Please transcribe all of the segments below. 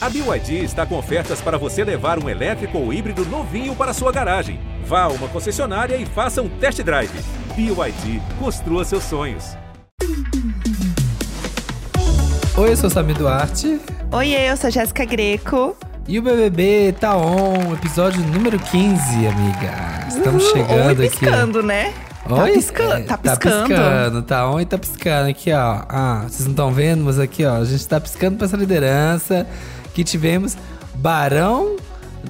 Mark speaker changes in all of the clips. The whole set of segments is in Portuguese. Speaker 1: A BYD está com ofertas para você levar um elétrico ou híbrido novinho para sua garagem. Vá a uma concessionária e faça um test drive. BYD, construa seus sonhos.
Speaker 2: Oi, eu sou Samir Duarte
Speaker 3: Oi, eu sou a Jéssica Greco.
Speaker 2: e o BBB tá on, episódio número 15, amiga. Estamos
Speaker 3: Uhul,
Speaker 2: chegando
Speaker 3: Oi,
Speaker 2: aqui.
Speaker 3: piscando, né? Tá
Speaker 2: Oi?
Speaker 3: piscando,
Speaker 2: É,
Speaker 3: tá piscando.
Speaker 2: Tá piscando, tá on e tá piscando aqui, ó. Ah, vocês não estão vendo, mas aqui, ó, a gente tá piscando pra essa liderança que tivemos Barão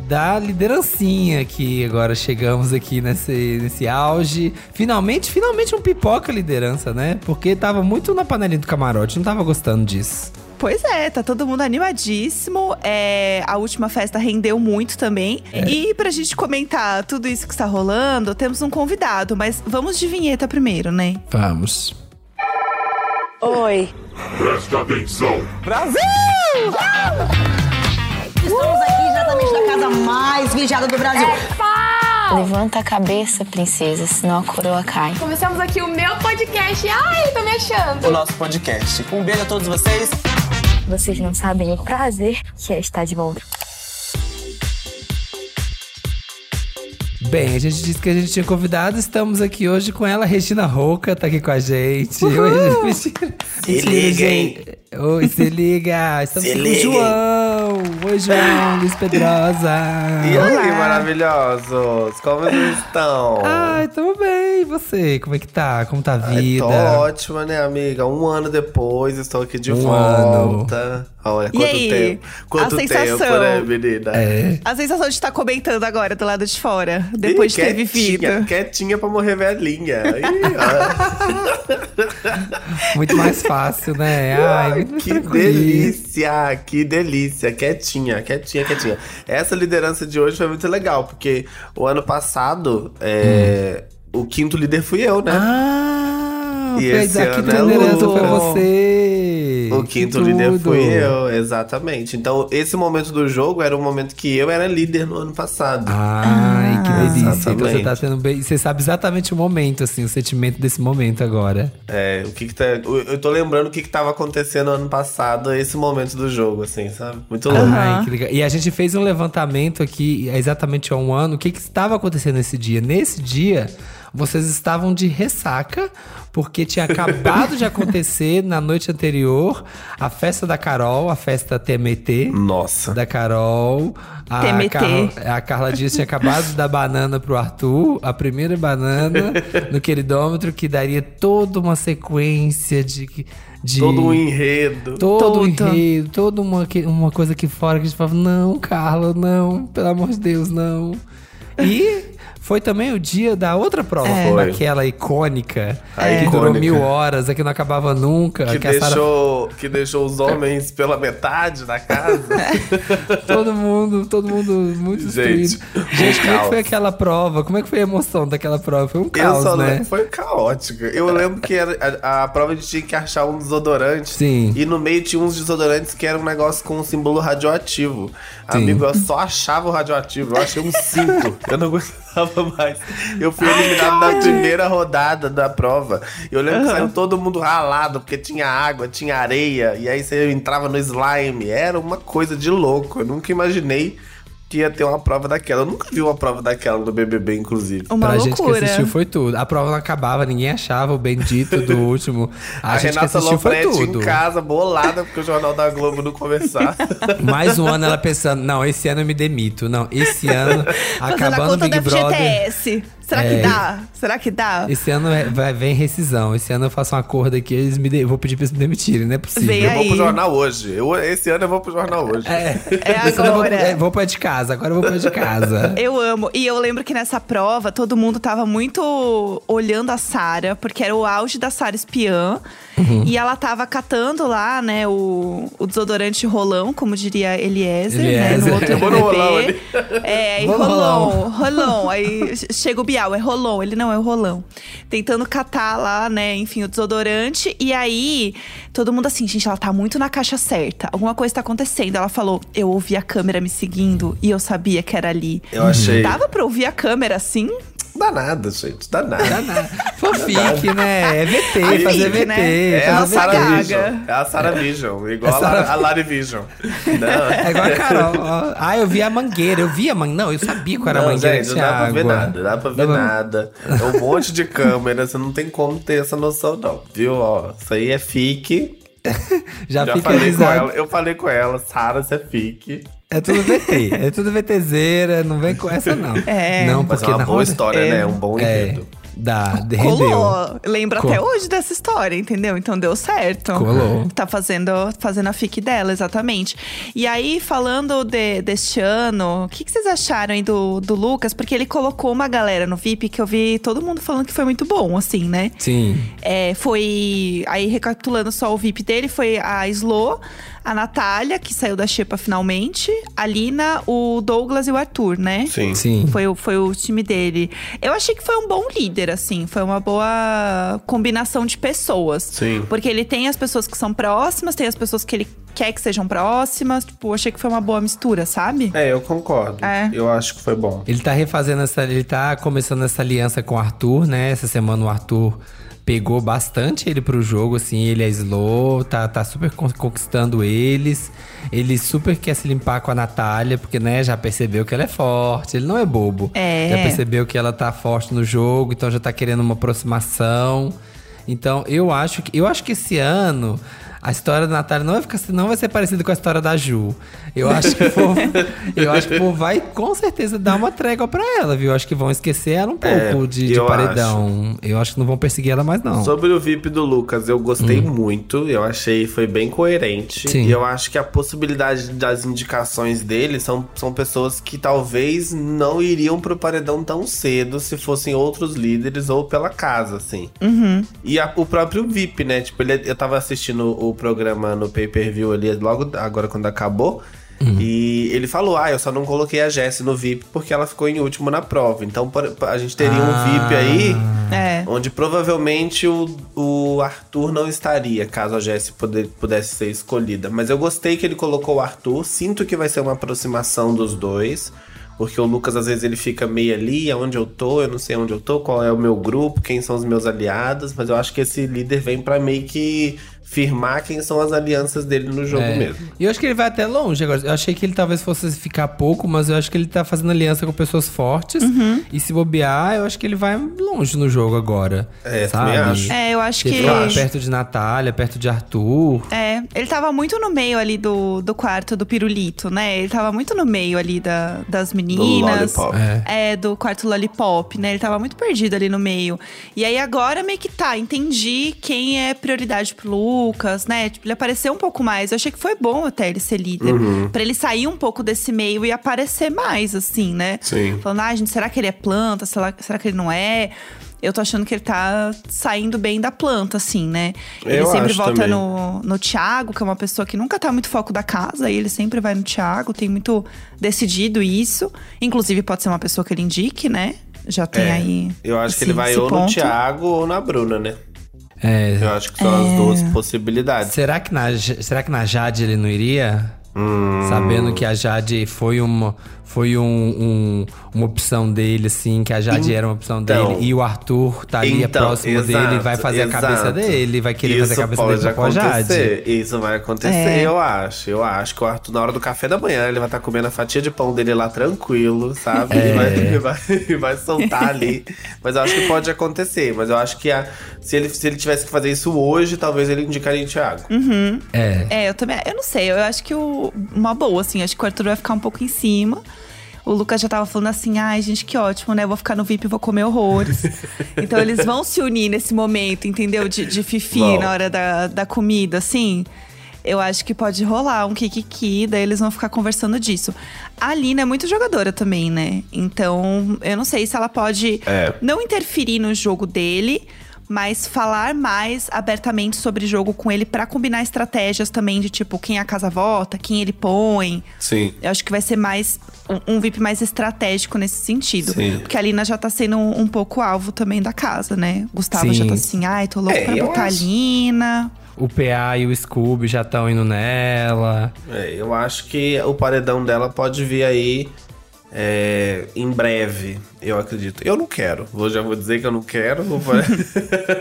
Speaker 2: da liderancinha aqui. Agora chegamos aqui nesse, nesse auge. Finalmente, finalmente um pipoca liderança, né? Porque tava muito na panelinha do camarote, não tava gostando disso.
Speaker 3: Pois é, tá todo mundo animadíssimo. É, a última festa rendeu muito também.
Speaker 2: É.
Speaker 3: E pra gente comentar tudo isso que está rolando, temos um convidado, mas vamos de vinheta primeiro, né?
Speaker 2: Vamos.
Speaker 4: Oi,
Speaker 5: Presta atenção.
Speaker 6: Estamos aqui exatamente na casa mais vigiada do Brasil.
Speaker 7: Levanta a cabeça, princesa, senão a coroa cai.
Speaker 8: Começamos aqui o meu podcast. Ai, tô me achando.
Speaker 9: o nosso podcast. Um beijo a todos vocês.
Speaker 7: Vocês não sabem o prazer que é estar de volta.
Speaker 2: Bem, a gente disse que a gente tinha convidado, estamos aqui hoje com ela, Regina Rouca, tá aqui com a gente. Oi, mentira.
Speaker 9: Se liga, hein?
Speaker 2: Oi, se liga! Estamos
Speaker 9: Se
Speaker 2: aqui
Speaker 9: liga,
Speaker 2: com o João! Oi, João, Luiz
Speaker 9: E
Speaker 2: Pedrosa!
Speaker 9: aí, maravilhosos? Como vocês estão?
Speaker 3: Ah,
Speaker 2: Ai, tamo bem! E você? Como é que tá? Como tá a
Speaker 9: Ai,
Speaker 2: vida?
Speaker 9: Tô ótima, né, amiga? Um ano depois, estou aqui de
Speaker 2: Um
Speaker 9: volta. Olha,
Speaker 3: E
Speaker 9: quanto
Speaker 3: aí?
Speaker 9: tempo. Quanto
Speaker 3: A
Speaker 9: tempo,
Speaker 3: sensação?
Speaker 9: né, menina?
Speaker 2: É.
Speaker 3: A sensação de estar comentando agora do lado de fora, depois
Speaker 9: Ih,
Speaker 3: de ter
Speaker 9: quietinha,
Speaker 3: vivido.
Speaker 9: Quietinha pra morrer velhinha. Ih,
Speaker 2: Muito mais fácil, né?
Speaker 9: ó.
Speaker 2: Ai, muito mais
Speaker 9: que
Speaker 2: tranquilo.
Speaker 9: delícia, que delícia. Quietinha, quietinha, quietinha. Essa liderança de hoje foi muito legal, porque o ano passado, é,
Speaker 3: Hum.
Speaker 9: o quinto líder fui eu, né?
Speaker 2: Ah!
Speaker 9: E
Speaker 2: foi-
Speaker 9: esse
Speaker 2: a quinta
Speaker 9: ano é
Speaker 2: liderança foi
Speaker 9: louco.
Speaker 2: você!
Speaker 9: O
Speaker 2: Que
Speaker 9: quinto líder
Speaker 2: tudo.
Speaker 9: fui eu, exatamente. Então, esse momento do jogo era um momento que eu era líder no ano passado.
Speaker 2: Ah. Ai, que delícia! Então você
Speaker 9: Exatamente.
Speaker 2: tá sendo bem. Você sabe exatamente o momento, assim, o sentimento desse momento agora.
Speaker 9: É, o que que tá. Eu eu tô lembrando o que que tava acontecendo ano passado, esse momento do jogo, assim, sabe? Muito louco.
Speaker 2: Ai, que legal. E a gente fez um levantamento aqui, exatamente há um ano, o que, que estava acontecendo nesse dia. Nesse dia, vocês estavam de ressaca, porque tinha acabado de acontecer, na noite anterior, a festa da Carol, a festa TMT.
Speaker 9: Nossa.
Speaker 2: Da Carol. A,
Speaker 3: TMT.
Speaker 2: Carla, a Carla Dias tinha acabado de dar banana pro Arthur, a primeira banana no queridômetro, que daria toda uma sequência de. de
Speaker 9: Todo um enredo.
Speaker 2: Todo o
Speaker 3: Tudo.
Speaker 2: enredo, toda uma, que- uma coisa aqui fora que a gente falava, não, Carla, não, pelo amor de Deus, não. E foi também o dia da outra prova,
Speaker 9: É.
Speaker 2: aquela icônica,
Speaker 9: A
Speaker 2: que
Speaker 9: icônica.
Speaker 2: durou mil horas, a que não acabava nunca,
Speaker 9: Que,
Speaker 2: que, a Sarah
Speaker 9: deixou, que deixou os homens pela metade da casa.
Speaker 2: Todo mundo, todo mundo muito
Speaker 9: Gente,
Speaker 2: destruído.
Speaker 9: um
Speaker 2: Gente, como é que
Speaker 9: caos.
Speaker 2: foi aquela prova? Como é que foi a emoção daquela prova? Foi um
Speaker 9: eu
Speaker 2: caos,
Speaker 9: só
Speaker 2: né?
Speaker 9: lembro, foi caótico. Eu lembro que era, a, a prova a gente tinha que achar um desodorante.
Speaker 2: Sim.
Speaker 9: E no meio tinha uns desodorantes que era um negócio com um símbolo radioativo. Amigo, eu só achava o radioativo. Eu achei um cinto. eu não gostava mais. Eu fui eliminado na primeira rodada da prova. Eu lembro que saiu todo mundo ralado, porque tinha água, tinha areia. E aí você entrava no slime. Era uma coisa de louco. Eu nunca imaginei que ia ter uma prova daquela. Eu nunca vi uma prova daquela no BBB, inclusive.
Speaker 3: Uma
Speaker 2: pra gente que
Speaker 3: loucura.
Speaker 2: assistiu foi tudo. A prova não acabava, ninguém achava o bendito do último. A,
Speaker 9: A,
Speaker 2: gente que
Speaker 9: Renata
Speaker 2: assistiu foi
Speaker 9: Lopretti
Speaker 2: tudo.
Speaker 9: em casa, bolada, porque o Jornal da Globo não conversava.
Speaker 2: Mais um ano ela pensando, não, esse ano eu me demito. Não, esse ano,
Speaker 3: Fazendo a
Speaker 2: acabando o
Speaker 3: conta
Speaker 2: Big
Speaker 3: da
Speaker 2: Brother.
Speaker 3: FGTS. Será
Speaker 2: É.
Speaker 3: que dá? Será que dá?
Speaker 2: Esse ano é- vai, vem rescisão. Esse ano eu faço um acordo aqui, eles me de- eu vou pedir pra eles me demitirem, não é possível.
Speaker 3: Vem E
Speaker 9: eu vou
Speaker 3: aí?
Speaker 9: pro jornal hoje. Eu- esse ano eu vou pro jornal hoje.
Speaker 2: É,
Speaker 3: É
Speaker 2: Esse ano eu vou-
Speaker 3: agora.
Speaker 2: é, vou pra de casa, agora eu vou pra de casa.
Speaker 3: Eu amo. E eu lembro que nessa prova, todo mundo tava muito olhando a Sara, porque era o auge da Sara espiã.
Speaker 2: Uhum.
Speaker 3: E ela tava catando lá, né, o, o desodorante rolão, como diria Eliezer, né,
Speaker 2: Eliezer.
Speaker 3: no outro
Speaker 9: Vou no
Speaker 3: BBB.
Speaker 9: rolão ali.
Speaker 3: É, aí
Speaker 2: Vou no
Speaker 3: rolão, rolão. Aí chega o Bial, é rolão. Ele não, é o rolão. Tentando catar lá, né, enfim, o desodorante. E aí, todo mundo assim, gente, ela tá muito na caixa certa. Alguma coisa tá acontecendo. Ela falou, eu ouvi a câmera me seguindo e eu sabia que era ali.
Speaker 9: Eu achei.
Speaker 3: Dava pra ouvir a câmera assim?
Speaker 9: Dá nada, gente. Dá nada.
Speaker 2: Dá nada. Fofique, né? É VT, fazer VT.
Speaker 3: né?
Speaker 9: É
Speaker 2: fazer
Speaker 9: a
Speaker 2: É VT.
Speaker 9: Sarah
Speaker 3: Gaga.
Speaker 9: Vision. É a Sarah Vision. Igual a, Lara- a Lari Vision.
Speaker 2: É igual a Carol. ó. Ah, eu vi a mangueira. Eu vi a mangueira. Não, eu sabia qual era a
Speaker 9: Não,
Speaker 2: mangueira.
Speaker 9: gente,
Speaker 2: que
Speaker 9: não
Speaker 2: tinha
Speaker 9: dá pra ver
Speaker 2: água.
Speaker 9: nada, dá pra ver
Speaker 2: Dá pra-
Speaker 9: nada. É um monte de câmera, você não tem como ter essa noção, não. Viu? Ó, isso aí é fique.
Speaker 2: Já,
Speaker 9: Já
Speaker 2: fica
Speaker 9: falei com
Speaker 2: avisado.
Speaker 9: ela. Eu falei com ela, Sarah, você é fique.
Speaker 2: É tudo VT. É tudo VTzeira. Não vem com essa, não.
Speaker 3: É.
Speaker 2: Não,
Speaker 9: Mas
Speaker 2: porque
Speaker 9: é uma
Speaker 2: na
Speaker 9: boa
Speaker 2: roda-
Speaker 9: história, né? Um bom
Speaker 2: É.
Speaker 9: enredo.
Speaker 2: Dá, de- rendeu.
Speaker 3: Colou. Lembro
Speaker 2: Co-
Speaker 3: até hoje dessa história, entendeu? Então deu certo.
Speaker 2: Colou.
Speaker 3: Tá fazendo, fazendo a fic dela, exatamente. E aí, falando de- deste ano, o que, que vocês acharam aí do, do Lucas? Porque ele colocou uma galera no VIP que eu vi todo mundo falando que foi muito bom, assim, né?
Speaker 2: Sim.
Speaker 3: É, foi. Aí, recapitulando só o VIP dele, foi a Slo, a Natália, que saiu da Xepa finalmente, a Lina, o Douglas e o Arthur, né?
Speaker 9: Sim.
Speaker 2: Sim.
Speaker 3: Foi, o- foi o time dele. Eu achei que foi um bom líder, assim. Foi uma boa combinação de pessoas.
Speaker 9: Sim.
Speaker 3: Porque ele tem as pessoas que são próximas, tem as pessoas que ele quer que sejam próximas. Tipo, eu achei que foi uma boa mistura, sabe?
Speaker 9: É, eu concordo.
Speaker 3: É.
Speaker 9: Eu acho que foi bom.
Speaker 2: Ele tá refazendo essa. Ele tá começando essa aliança com o Arthur, né? Essa semana o Arthur pegou bastante ele pro jogo, assim. Ele é slow, tá, tá super con- conquistando eles. Ele super quer se limpar com a Natália, porque, né, já percebeu que ela é forte. Ele não é bobo.
Speaker 3: É.
Speaker 2: Já percebeu que ela tá forte no jogo, então já tá querendo uma aproximação. Então, eu acho que, eu acho que esse ano. A história da Natália não vai, ficar, não vai ser parecida com a história da Ju. Eu acho que o povo, eu acho que o povo vai com certeza dar uma trégua pra ela, viu? Eu acho que vão esquecer ela um
Speaker 9: É,
Speaker 2: pouco de, de
Speaker 9: eu
Speaker 2: paredão. Eu acho que não vão perseguir ela mais, não. Hum.
Speaker 9: Sobre o VIP do Lucas, eu gostei muito. Eu achei foi bem coerente.
Speaker 2: Sim.
Speaker 9: E eu acho que a possibilidade das indicações dele são, são pessoas que talvez não iriam pro paredão tão cedo se fossem outros líderes ou pela casa, assim. E a- o próprio VIP, né? Tipo, ele- eu tava assistindo o programa no pay-per-view ali, logo agora quando acabou.
Speaker 2: Hum.
Speaker 9: E ele falou: Ah, eu só não coloquei a Jess no VIP porque ela ficou em último na prova. Então por- a gente teria um VIP aí
Speaker 2: Ah.
Speaker 3: É.
Speaker 9: Onde provavelmente o, o Arthur não estaria, caso a Jessie poder- pudesse ser escolhida. Mas eu gostei que ele colocou o Arthur. Sinto que vai ser uma aproximação dos dois. Porque o Lucas, às vezes, ele fica meio ali, aonde eu tô, eu não sei onde eu tô, qual é o meu grupo, quem são os meus aliados. Mas eu acho que esse líder vem pra meio que firmar quem são as alianças dele no jogo
Speaker 2: É.
Speaker 9: mesmo.
Speaker 2: E eu acho que ele vai até longe agora. Eu achei que ele talvez fosse ficar pouco, mas eu acho que ele tá fazendo aliança com pessoas fortes. E se bobear, eu acho que ele vai longe no jogo agora.
Speaker 9: É,
Speaker 2: sabe?
Speaker 9: também acho.
Speaker 3: É, eu acho
Speaker 2: Ele
Speaker 3: que.
Speaker 2: fica perto de Natália, perto de Arthur.
Speaker 3: É, ele tava muito no meio ali do, do quarto do pirulito, né? Ele tava muito no meio ali da, das meninas.
Speaker 9: lollipop.
Speaker 3: É, do quarto lollipop, né? Ele tava muito perdido ali no meio. E aí agora meio que tá, entendi quem é prioridade pro Lucas, né? Tipo, ele apareceu um pouco mais. Eu achei que foi bom até ele ser líder.
Speaker 9: Uhum.
Speaker 3: Pra ele sair um pouco desse meio e aparecer mais, assim, né?
Speaker 9: Sim.
Speaker 3: Falando, ah, gente, será que ele é planta? Será, será que ele não é? Eu tô achando que ele tá saindo bem da planta, assim, né? Ele
Speaker 9: Eu
Speaker 3: sempre
Speaker 9: acho
Speaker 3: volta
Speaker 9: também.
Speaker 3: no, no Thiago, que é uma pessoa que nunca tá muito foco da casa, e ele sempre vai no Thiago, tem muito decidido isso. Inclusive, pode ser uma pessoa que ele indique, né? Já tem
Speaker 9: É,
Speaker 3: aí.
Speaker 9: Eu acho
Speaker 3: esse-
Speaker 9: que ele vai
Speaker 3: esse
Speaker 9: ou no
Speaker 3: ponto.
Speaker 9: Thiago ou na Bruna, né?
Speaker 2: É.
Speaker 9: Eu acho que são as duas possibilidades.
Speaker 2: Será que, na, J- será que na Jade ele não iria?
Speaker 9: Hum.
Speaker 2: Sabendo que a Jade foi uma, foi um, um- uma opção dele, assim, que a Jade era uma opção
Speaker 9: Então.
Speaker 2: dele e o Arthur tá ali
Speaker 9: Então,
Speaker 2: próximo dele e vai
Speaker 9: exato,
Speaker 2: fazer a cabeça
Speaker 9: exato.
Speaker 2: dele, vai querer fazer a cabeça
Speaker 9: pode
Speaker 2: dele com a Jade.
Speaker 9: acontecer, Isso vai acontecer,
Speaker 3: É.
Speaker 9: eu acho. Eu acho que o Arthur, na hora do café da manhã, ele vai estar comendo a fatia de pão dele lá tranquilo, sabe? E vai,
Speaker 2: É.
Speaker 9: e vai, e vai soltar ali. Mas eu acho que pode acontecer. Mas eu acho que a- se, ele, se ele tivesse que fazer isso hoje, talvez ele indicaria o Thiago.
Speaker 2: É.
Speaker 3: É, eu também. Eu não sei, eu acho que o- uma boa, assim. Acho que o Arthur vai ficar um pouco em cima. O Lucas já tava falando assim: ai, gente, que ótimo, né? Vou ficar no VIP e vou comer horrores. então eles vão se unir nesse momento, entendeu? De, de fifi
Speaker 9: Vão.
Speaker 3: na hora da, da comida, assim. Eu acho que pode rolar um kikiki, daí eles vão ficar conversando disso. A Lina é muito jogadora também, né? Então, eu não sei se ela pode
Speaker 9: É.
Speaker 3: não interferir no jogo dele, mas falar mais abertamente sobre jogo com ele pra combinar estratégias também de tipo quem a casa vota, quem ele põe.
Speaker 9: Sim.
Speaker 3: Eu acho que vai ser mais um, um VIP mais estratégico nesse sentido.
Speaker 9: Sim.
Speaker 3: Porque a Lina já tá sendo um, um pouco alvo também da casa, né? O Gustavo
Speaker 2: Sim.
Speaker 3: já tá assim, ai, tô louco
Speaker 9: É,
Speaker 3: pra
Speaker 9: eu
Speaker 3: botar a
Speaker 9: acho.
Speaker 3: Lina.
Speaker 2: O PA e o Scooby já estão indo nela.
Speaker 9: É, eu acho que o paredão dela pode vir aí é, em breve, eu acredito. Eu não quero. Vou, já vou dizer que eu não quero. vou fa-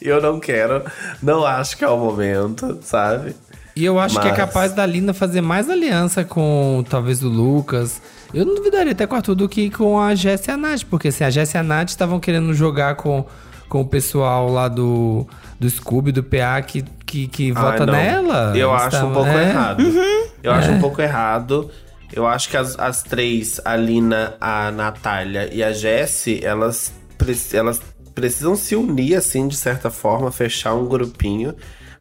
Speaker 9: eu não quero. Não acho que é o momento, sabe?
Speaker 2: E eu acho que é
Speaker 9: Mas-
Speaker 2: capaz da Lina fazer mais aliança com talvez o Lucas. Eu não duvidaria até com o Arthur do que com a Jéssica e a Nath, porque assim, a Jéssica e a Nath estavam querendo jogar com, com o pessoal lá do, do Scooby, do PA, que, que, que vota
Speaker 9: Ah, não.
Speaker 2: nela.
Speaker 9: Eu
Speaker 2: Eles
Speaker 9: acho
Speaker 2: tavam-
Speaker 9: um pouco
Speaker 2: é.
Speaker 9: errado. Eu acho um pouco errado. Eu acho que as, as três, a Lina, a Natália e a Jessie, elas, preci- elas precisam se unir, assim, de certa forma, fechar um grupinho.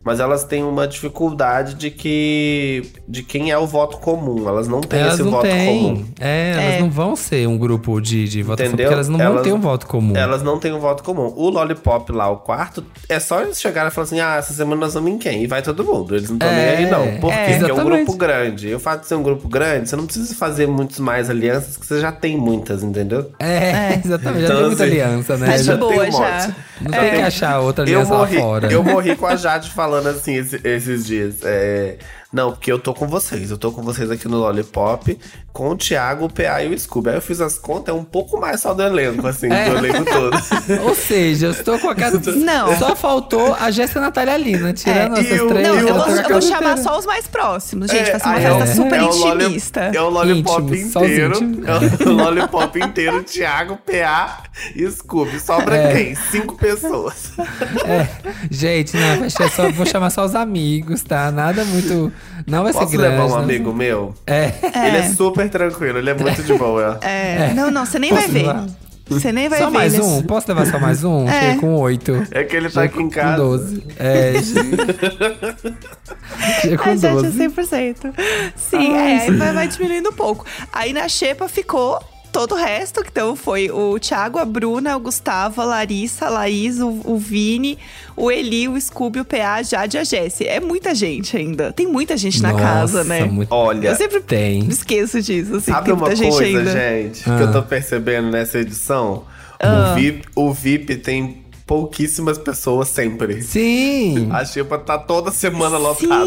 Speaker 9: Mas elas têm uma dificuldade de que. de quem é o voto comum. Elas não têm
Speaker 2: Elas
Speaker 9: esse
Speaker 2: não
Speaker 9: voto comum.
Speaker 2: têm. É, elas
Speaker 3: É.
Speaker 2: não vão ser um grupo de, de votação,
Speaker 9: Entendeu?
Speaker 2: porque elas não vão
Speaker 9: Elas-
Speaker 2: ter um voto comum.
Speaker 9: Elas não têm um voto comum. O Lollipop lá, o quarto, é só eles chegarem e falar assim: ah, essa semana nós vamos em quem? E vai todo mundo. Eles não estão
Speaker 2: É,
Speaker 9: nem aí, não. Por quê?
Speaker 2: é.
Speaker 9: Porque é um
Speaker 2: Exatamente.
Speaker 9: grupo grande. E o fato de ser um grupo grande, você não precisa fazer muitos mais alianças, que você já tem muitas, entendeu?
Speaker 2: É, exatamente. Já
Speaker 9: Então,
Speaker 2: tem muita
Speaker 9: assim,
Speaker 2: aliança, né?
Speaker 3: Tá
Speaker 9: já
Speaker 3: de
Speaker 2: Já-
Speaker 9: tem
Speaker 3: boa
Speaker 9: um
Speaker 3: já.
Speaker 9: monte.
Speaker 2: não
Speaker 9: É.
Speaker 2: tem que achar outra
Speaker 9: Eu
Speaker 2: aliança
Speaker 9: morri,
Speaker 2: lá fora.
Speaker 9: eu morri com a Jade falando assim esse- esses dias. É, não, porque eu tô com vocês. Eu tô com vocês aqui no Lollipop, com o Thiago, o PA e o Scooby. Aí eu fiz as contas, é um pouco mais só do elenco, assim,
Speaker 2: É.
Speaker 9: do elenco todo.
Speaker 2: Ou seja, eu estou com a casa.
Speaker 3: Não.
Speaker 2: Só faltou a Jéssica e a Natália Lina. Tirando
Speaker 9: É, e
Speaker 2: essas
Speaker 9: o-
Speaker 2: três.
Speaker 3: Não,
Speaker 9: E
Speaker 3: eu
Speaker 2: ela
Speaker 3: vou,
Speaker 2: tá com a
Speaker 3: eu vou
Speaker 2: casa
Speaker 3: chamar
Speaker 2: inteira.
Speaker 3: só os mais próximos, gente. Vai ser uma
Speaker 9: aí
Speaker 3: festa
Speaker 9: é o-
Speaker 3: super
Speaker 9: é o lolli-
Speaker 3: intimista.
Speaker 9: É o lollipop
Speaker 2: Íntimo, só os
Speaker 9: inteiro.
Speaker 2: íntimos.
Speaker 9: É o lollipop inteiro, Thiago, PA e Scooby. Sobra
Speaker 2: É.
Speaker 9: quem? Cinco pessoas.
Speaker 2: É. Gente, não, vai ser só, vou chamar só os amigos, tá? Nada muito. Não vai
Speaker 9: Posso
Speaker 2: ser grande. né?
Speaker 9: levar um
Speaker 2: não-
Speaker 9: amigo meu?
Speaker 2: É.
Speaker 9: Ele é super tranquilo, ele é muito de boa.
Speaker 3: É. Não, não, você nem vai ver.
Speaker 2: levar?
Speaker 3: Você nem vai
Speaker 2: só
Speaker 3: ver. né?
Speaker 2: mais
Speaker 3: eles-
Speaker 2: um? Posso levar só mais um?
Speaker 3: É.
Speaker 2: Cheguei com oito.
Speaker 9: É que ele tá aqui em casa.
Speaker 2: Com 12. É. Cheguei com
Speaker 3: Ai, gente, é
Speaker 2: 12.
Speaker 3: 100%.
Speaker 2: Ah.
Speaker 3: Sim, é, aí vai, vai diminuindo um pouco. Aí na xepa ficou todo o resto, que então foi o Thiago, a Bruna, o Gustavo, a Larissa, a Laís, o, o Vini, o Eli, o Scooby, o PA, a Jade e a Jessie. É muita gente ainda. Tem muita gente na
Speaker 2: Nossa,
Speaker 3: casa, né?
Speaker 2: muito-
Speaker 9: Olha,
Speaker 3: Eu sempre
Speaker 2: Tem.
Speaker 3: me esqueço disso, assim,
Speaker 9: Sabe
Speaker 3: tem
Speaker 9: uma
Speaker 3: muita
Speaker 9: coisa,
Speaker 3: gente
Speaker 9: gente,
Speaker 3: ainda.
Speaker 9: que
Speaker 2: Ah.
Speaker 9: eu tô percebendo nessa edição?
Speaker 3: Ah.
Speaker 9: O, VIP, o VIP tem pouquíssimas pessoas sempre.
Speaker 2: Sim!
Speaker 9: A Chipa tá toda semana lotada.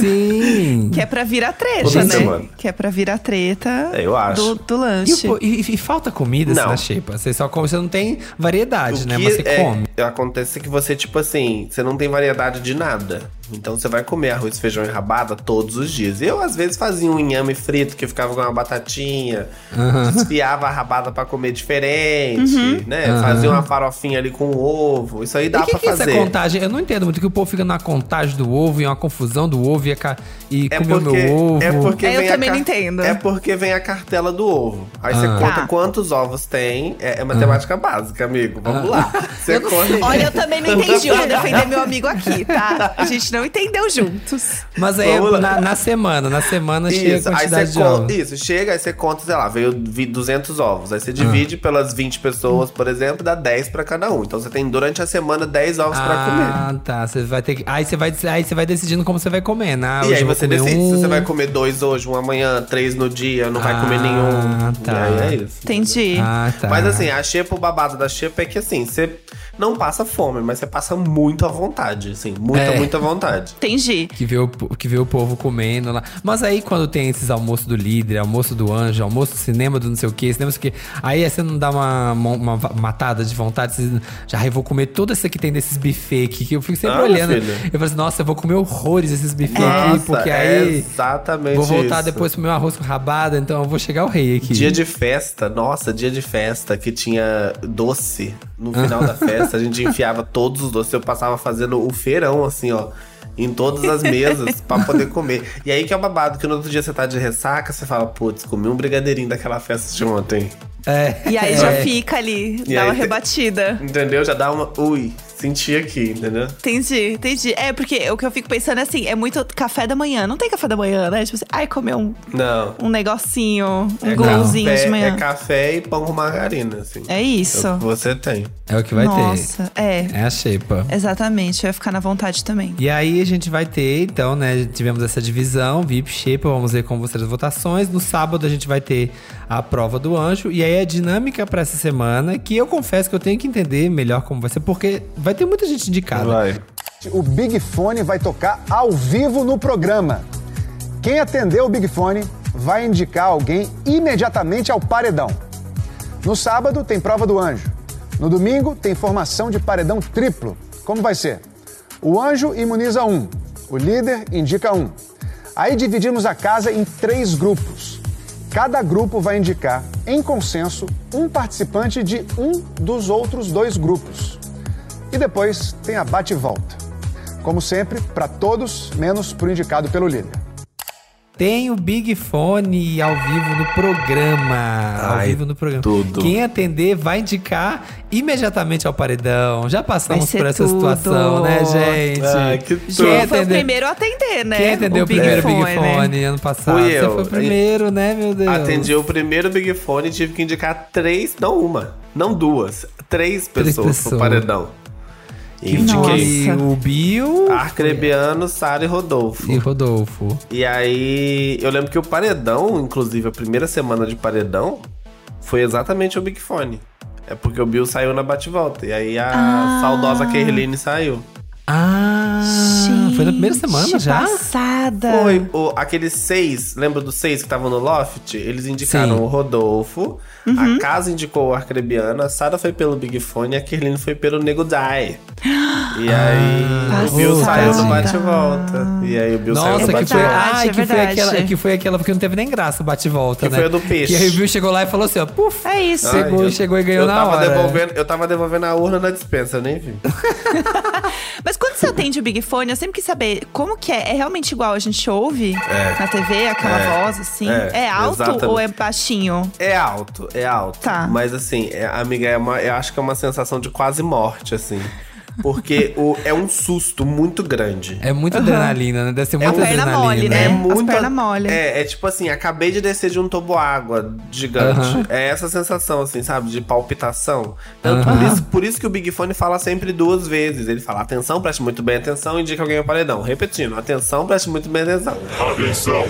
Speaker 2: Sim!
Speaker 3: Que é pra virar treta,
Speaker 9: Toda
Speaker 3: né?
Speaker 9: semana.
Speaker 3: Que é pra virar treta
Speaker 9: É, eu
Speaker 3: do,
Speaker 9: acho.
Speaker 3: do
Speaker 2: E,
Speaker 3: lanche.
Speaker 2: o- e- e falta comida assim,
Speaker 9: Não.
Speaker 2: na xepa? Você só come, você não tem variedade,
Speaker 9: O
Speaker 2: né?
Speaker 9: que
Speaker 2: Você
Speaker 9: é-
Speaker 2: come.
Speaker 9: Acontece que você, tipo assim, você não tem variedade de nada. Então você vai comer arroz, feijão e rabada todos os dias. Eu, às vezes, fazia um inhame frito que ficava com uma batatinha, desfiava a rabada pra comer diferente,
Speaker 3: Uhum.
Speaker 9: né?
Speaker 2: Aham.
Speaker 9: Fazia uma farofinha ali com ovo. Isso aí dá
Speaker 2: e o que,
Speaker 9: pra
Speaker 2: que é essa
Speaker 9: fazer.
Speaker 2: contagem? Eu não entendo muito que o povo fica na contagem do ovo e uma confusão do ovo e, a ca- e comeu meu ovo.
Speaker 9: É porque
Speaker 3: É, eu
Speaker 9: vem a
Speaker 3: também
Speaker 9: car-
Speaker 3: não entendo.
Speaker 9: É porque vem a cartela do ovo. Aí você
Speaker 2: Ah.
Speaker 9: conta
Speaker 3: Tá.
Speaker 9: quantos ovos tem. É, é matemática básica, amigo. Vamos lá. Você conta.
Speaker 3: Olha, eu também não entendi. Eu vou defender meu amigo aqui, tá? A gente não entendeu juntos.
Speaker 2: Mas aí é
Speaker 9: Vamos lá.
Speaker 2: na, na semana, na semana chega
Speaker 9: Isso,
Speaker 2: a
Speaker 9: aí
Speaker 2: quantidade
Speaker 9: você
Speaker 2: de
Speaker 9: conta,
Speaker 2: ovos.
Speaker 9: isso, chega, aí você conta, sei lá, veio vi- 200 ovos. Aí você divide pelas 20 pessoas, por exemplo, dá 10 pra cada um. Então você tem durante a semana 10 ovos pra comer.
Speaker 2: Ah, tá. Você vai ter que. Aí você vai, aí você vai decidindo como você vai comer, né? Ah, hoje
Speaker 9: e aí
Speaker 2: eu vou
Speaker 9: você
Speaker 2: comer
Speaker 9: decide
Speaker 2: um.
Speaker 9: se você vai comer dois hoje, um amanhã, três no dia, não vai comer
Speaker 2: Ah,
Speaker 9: nenhum.
Speaker 2: tá.
Speaker 9: E aí é isso.
Speaker 3: Entendi.
Speaker 2: Ah, tá.
Speaker 9: Mas assim, a xepa, o babado da xepa é que assim, você não passa fome, mas você passa muito à vontade, assim, muita,
Speaker 2: É.
Speaker 9: muita vontade.
Speaker 3: Entendi.
Speaker 2: Que vê, o, po- que vê o povo comendo lá. Mas aí quando tem esses almoços do líder, almoço do anjo, almoço do cinema do não sei o que, cinema do não sei o que, aí é, você não dá uma, uma, uma va- matada de vontade, você, já "Ai, vou comer tudo isso que tem desses buffet aqui, que eu fico sempre
Speaker 9: Ah,
Speaker 2: olhando.
Speaker 9: filha.
Speaker 2: Eu falo assim, nossa, eu vou comer horrores esses buffet
Speaker 9: Nossa,
Speaker 2: aqui, porque
Speaker 9: é
Speaker 2: aí
Speaker 9: exatamente
Speaker 2: vou voltar
Speaker 9: isso.
Speaker 2: depois pro meu arroz com rabada, então eu vou chegar ao rei aqui.
Speaker 9: Dia de festa, nossa, dia de festa que tinha doce. No final da festa, a gente enfiava todos os doces. Eu passava fazendo o feirão, assim, ó. Em todas as mesas pra poder comer. E aí que é o babado, que no outro dia você tá de ressaca, você fala, putz, comi um brigadeirinho daquela festa de ontem.
Speaker 2: É.
Speaker 3: E aí
Speaker 2: É.
Speaker 3: já fica ali,
Speaker 9: E
Speaker 3: dá
Speaker 9: aí
Speaker 3: uma
Speaker 9: tem-
Speaker 3: rebatida.
Speaker 9: Entendeu? Já dá uma. Ui, senti aqui, entendeu?
Speaker 3: Entendi, entendi. É, porque o que eu fico pensando é assim, é muito café da manhã. Não tem café da manhã, né? Tipo assim, ai, comer um,
Speaker 9: Não.
Speaker 3: um negocinho, um
Speaker 9: É
Speaker 3: golzinho
Speaker 9: café,
Speaker 3: de manhã.
Speaker 9: É café e pão com margarina, assim.
Speaker 3: É isso.
Speaker 9: É o que Você tem.
Speaker 2: É o que vai
Speaker 3: Nossa,
Speaker 2: ter.
Speaker 3: é.
Speaker 2: É a xepa.
Speaker 3: Exatamente, eu ia ficar na vontade também.
Speaker 2: E aí a gente vai ter, então, né? Tivemos essa divisão, VIP, Shape, vamos ver como vão ser as votações. No sábado a gente vai ter a prova do anjo. E aí a dinâmica pra essa semana, que eu confesso que eu tenho que entender melhor como vai ser, porque vai ter muita gente indicada.
Speaker 9: Vai.
Speaker 10: O Big Fone vai tocar ao vivo no programa. Quem atender o Big Fone vai indicar alguém imediatamente ao paredão. No sábado tem prova do anjo. No domingo tem formação de paredão triplo. Como vai ser? O anjo imuniza um, o líder indica um. Aí dividimos a casa em três grupos. Cada grupo vai indicar, em consenso, um participante de um dos outros dois grupos. E depois tem a bate-volta. Como sempre, para todos, menos para o indicado pelo líder.
Speaker 2: Tem o Big Fone ao vivo no programa. ao
Speaker 9: Ai,
Speaker 2: vivo no programa.
Speaker 9: tudo.
Speaker 2: Quem atender vai indicar imediatamente ao paredão. Já
Speaker 3: Vai
Speaker 2: passamos
Speaker 3: ser
Speaker 2: por essa
Speaker 3: tudo.
Speaker 2: situação, né, gente?
Speaker 9: Ai, que
Speaker 2: Quem
Speaker 3: Foi o
Speaker 2: atender-
Speaker 3: primeiro a atender, né?
Speaker 2: Quem atendeu o,
Speaker 3: Big
Speaker 2: primeiro Big
Speaker 3: Fone, né?
Speaker 2: Fone ano passado?
Speaker 9: Fui
Speaker 2: Você
Speaker 9: eu.
Speaker 2: foi o primeiro, né, meu Deus?
Speaker 9: Atendi o primeiro Big Fone e tive que indicar três, não uma, não duas, três
Speaker 2: Três
Speaker 9: pessoas pro
Speaker 2: pessoas.
Speaker 9: paredão. E indiquei
Speaker 2: Indiquei o Bill
Speaker 9: Ah. Arcrebiano, Sara e Rodolfo.
Speaker 2: e Rodolfo.
Speaker 9: E aí, eu lembro que o paredão, inclusive a primeira semana de paredão, foi exatamente o Big Fone. É porque o Bill saiu na bate-volta. E aí a saudosa Kerline saiu.
Speaker 2: Ah, foi na primeira semana
Speaker 3: Gente,
Speaker 2: já?
Speaker 3: Passada.
Speaker 9: Foi.
Speaker 2: É.
Speaker 9: O, aqueles seis, lembra dos seis que estavam no loft? Eles indicaram
Speaker 2: Sim. Uhum.
Speaker 9: o Rodolfo, a Casa indicou o Arcrebiano, a Sara foi pelo Big Fone e a Kerline foi pelo Nego Dai. E aí, o Bill
Speaker 3: passada.
Speaker 9: saiu no bate-volta. E aí, o Bill saiu
Speaker 2: Ah, Nossa,
Speaker 9: no
Speaker 2: que foi, Ah,
Speaker 9: bate-volta.
Speaker 3: verdade,
Speaker 2: ai,
Speaker 3: é
Speaker 2: que, foi
Speaker 3: verdade.
Speaker 2: aquela, que foi aquela porque não teve nem graça o bate-volta,
Speaker 9: Que
Speaker 2: né?
Speaker 9: foi a do peixe.
Speaker 2: Que aí o Bill chegou lá e falou assim, ó, puf,
Speaker 3: É isso.
Speaker 9: Ai,
Speaker 2: Pegou, chegou e ganhou
Speaker 9: eu
Speaker 2: na
Speaker 9: tava
Speaker 2: hora.
Speaker 9: Devolvendo, eu tava devolvendo a urna na dispensa, eu nem vi.
Speaker 3: Mas quando você atende o Big Fone, eu sempre quis saber como que é. É realmente igual a gente ouve na TV, aquela
Speaker 9: É.
Speaker 3: voz assim? É,
Speaker 9: É,
Speaker 3: alto
Speaker 9: exatamente.
Speaker 3: ou é baixinho?
Speaker 9: É alto, é alto.
Speaker 3: Tá.
Speaker 9: Mas assim, é, amiga, é uma- eu acho que é uma sensação de quase morte, assim. Porque o, é um susto muito grande.
Speaker 2: É muita adrenalina, né? Deve ser
Speaker 3: É a
Speaker 2: muita
Speaker 3: perna
Speaker 2: adrenalina.
Speaker 3: mole, né?
Speaker 9: É
Speaker 3: As
Speaker 9: muito.
Speaker 3: pernas mole.
Speaker 9: É, é tipo assim, acabei de descer de um toboágua gigante.
Speaker 2: Aham.
Speaker 9: É essa sensação, assim, sabe? De palpitação. Tanto por,
Speaker 2: Aham.
Speaker 9: isso, por isso que o Big Fone fala sempre duas vezes. Ele fala, atenção, preste muito bem atenção, indica alguém ao paredão. Repetindo, atenção, preste muito bem atenção.
Speaker 5: Atenção!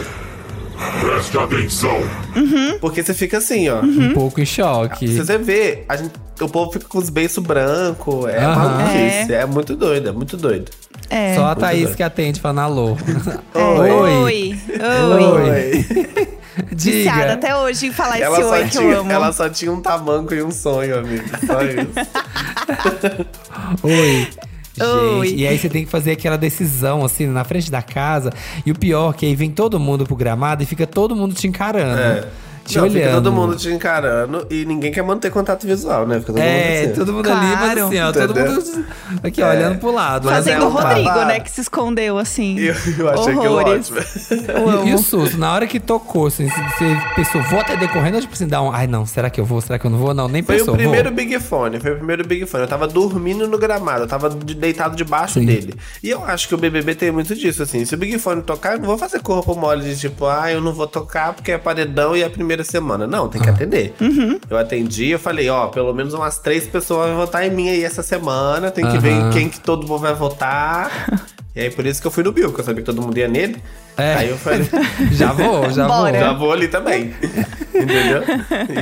Speaker 5: Preste atenção!
Speaker 3: Hum.
Speaker 9: Porque você fica assim, ó.
Speaker 3: Uhum.
Speaker 2: Um pouco em choque.
Speaker 9: Se você vê, a gente- o povo fica com os beiços brancos. É
Speaker 2: Aham.
Speaker 9: maluquice. É. muito doido, é muito doido.
Speaker 3: É.
Speaker 2: Só a
Speaker 9: Muito
Speaker 2: Thaís
Speaker 9: bem.
Speaker 2: que atende falando alô.
Speaker 9: Oi.
Speaker 3: Oi. Oi. Viciada
Speaker 2: Diga.
Speaker 3: até hoje em falar
Speaker 9: Ela,
Speaker 3: esse
Speaker 9: só
Speaker 3: oi que
Speaker 9: tinha,
Speaker 3: eu amo.
Speaker 9: ela só tinha um tamanco e um sonho, amigo. Só isso.
Speaker 2: Oi.
Speaker 3: Oi.
Speaker 2: Gente, e aí você tem que fazer aquela decisão, assim, na frente da casa. E o pior, é que aí vem todo mundo pro gramado e fica todo mundo te encarando.
Speaker 9: É.
Speaker 2: Te
Speaker 9: Não,
Speaker 2: olhando.
Speaker 9: Fica todo mundo te encarando e ninguém quer manter contato visual, né? Fica todo
Speaker 2: É,
Speaker 9: mundo assim.
Speaker 2: todo mundo ali, mas
Speaker 3: Claro.
Speaker 2: assim, ó,
Speaker 9: Entendeu? É.
Speaker 2: todo mundo aqui, ó, olhando pro lado.
Speaker 9: Mas
Speaker 3: Fazendo
Speaker 9: é
Speaker 3: o
Speaker 9: um
Speaker 3: Rodrigo,
Speaker 9: babado.
Speaker 3: né? Que se escondeu assim.
Speaker 9: Eu, eu achei aquilo
Speaker 3: Horrores.
Speaker 9: ótimo.
Speaker 2: E,
Speaker 3: Eu
Speaker 2: e o
Speaker 3: amo.
Speaker 2: susto, na hora que tocou, assim, se- você pensou, vou até decorrendo, ou tipo assim, dá um, ai não, será que eu vou, será que eu não vou? Não, nem
Speaker 9: Foi
Speaker 2: pensou,
Speaker 9: o primeiro
Speaker 2: vou.
Speaker 9: Big Fone, foi o primeiro Big Fone. Eu tava dormindo no gramado, eu tava de- deitado debaixo
Speaker 2: Sim.
Speaker 9: dele. E eu acho que o BBB tem muito disso, assim. Se o Big Fone tocar, eu não vou fazer corpo mole de tipo, ah, eu não vou tocar porque é paredão e é a primeira semana. Não,
Speaker 2: Ah.
Speaker 9: tem que atender. Eu atendi, eu falei, ó, pelo menos umas três pessoas vão votar em mim aí essa semana. Tem que
Speaker 2: Aham.
Speaker 9: ver quem que todo mundo vai votar. e aí, por isso que eu fui no Bill, que eu sabia que todo mundo ia nele.
Speaker 2: É.
Speaker 9: Aí eu falei...
Speaker 2: Já vou, já
Speaker 3: Bora.
Speaker 9: Já vou ali também. Entendeu?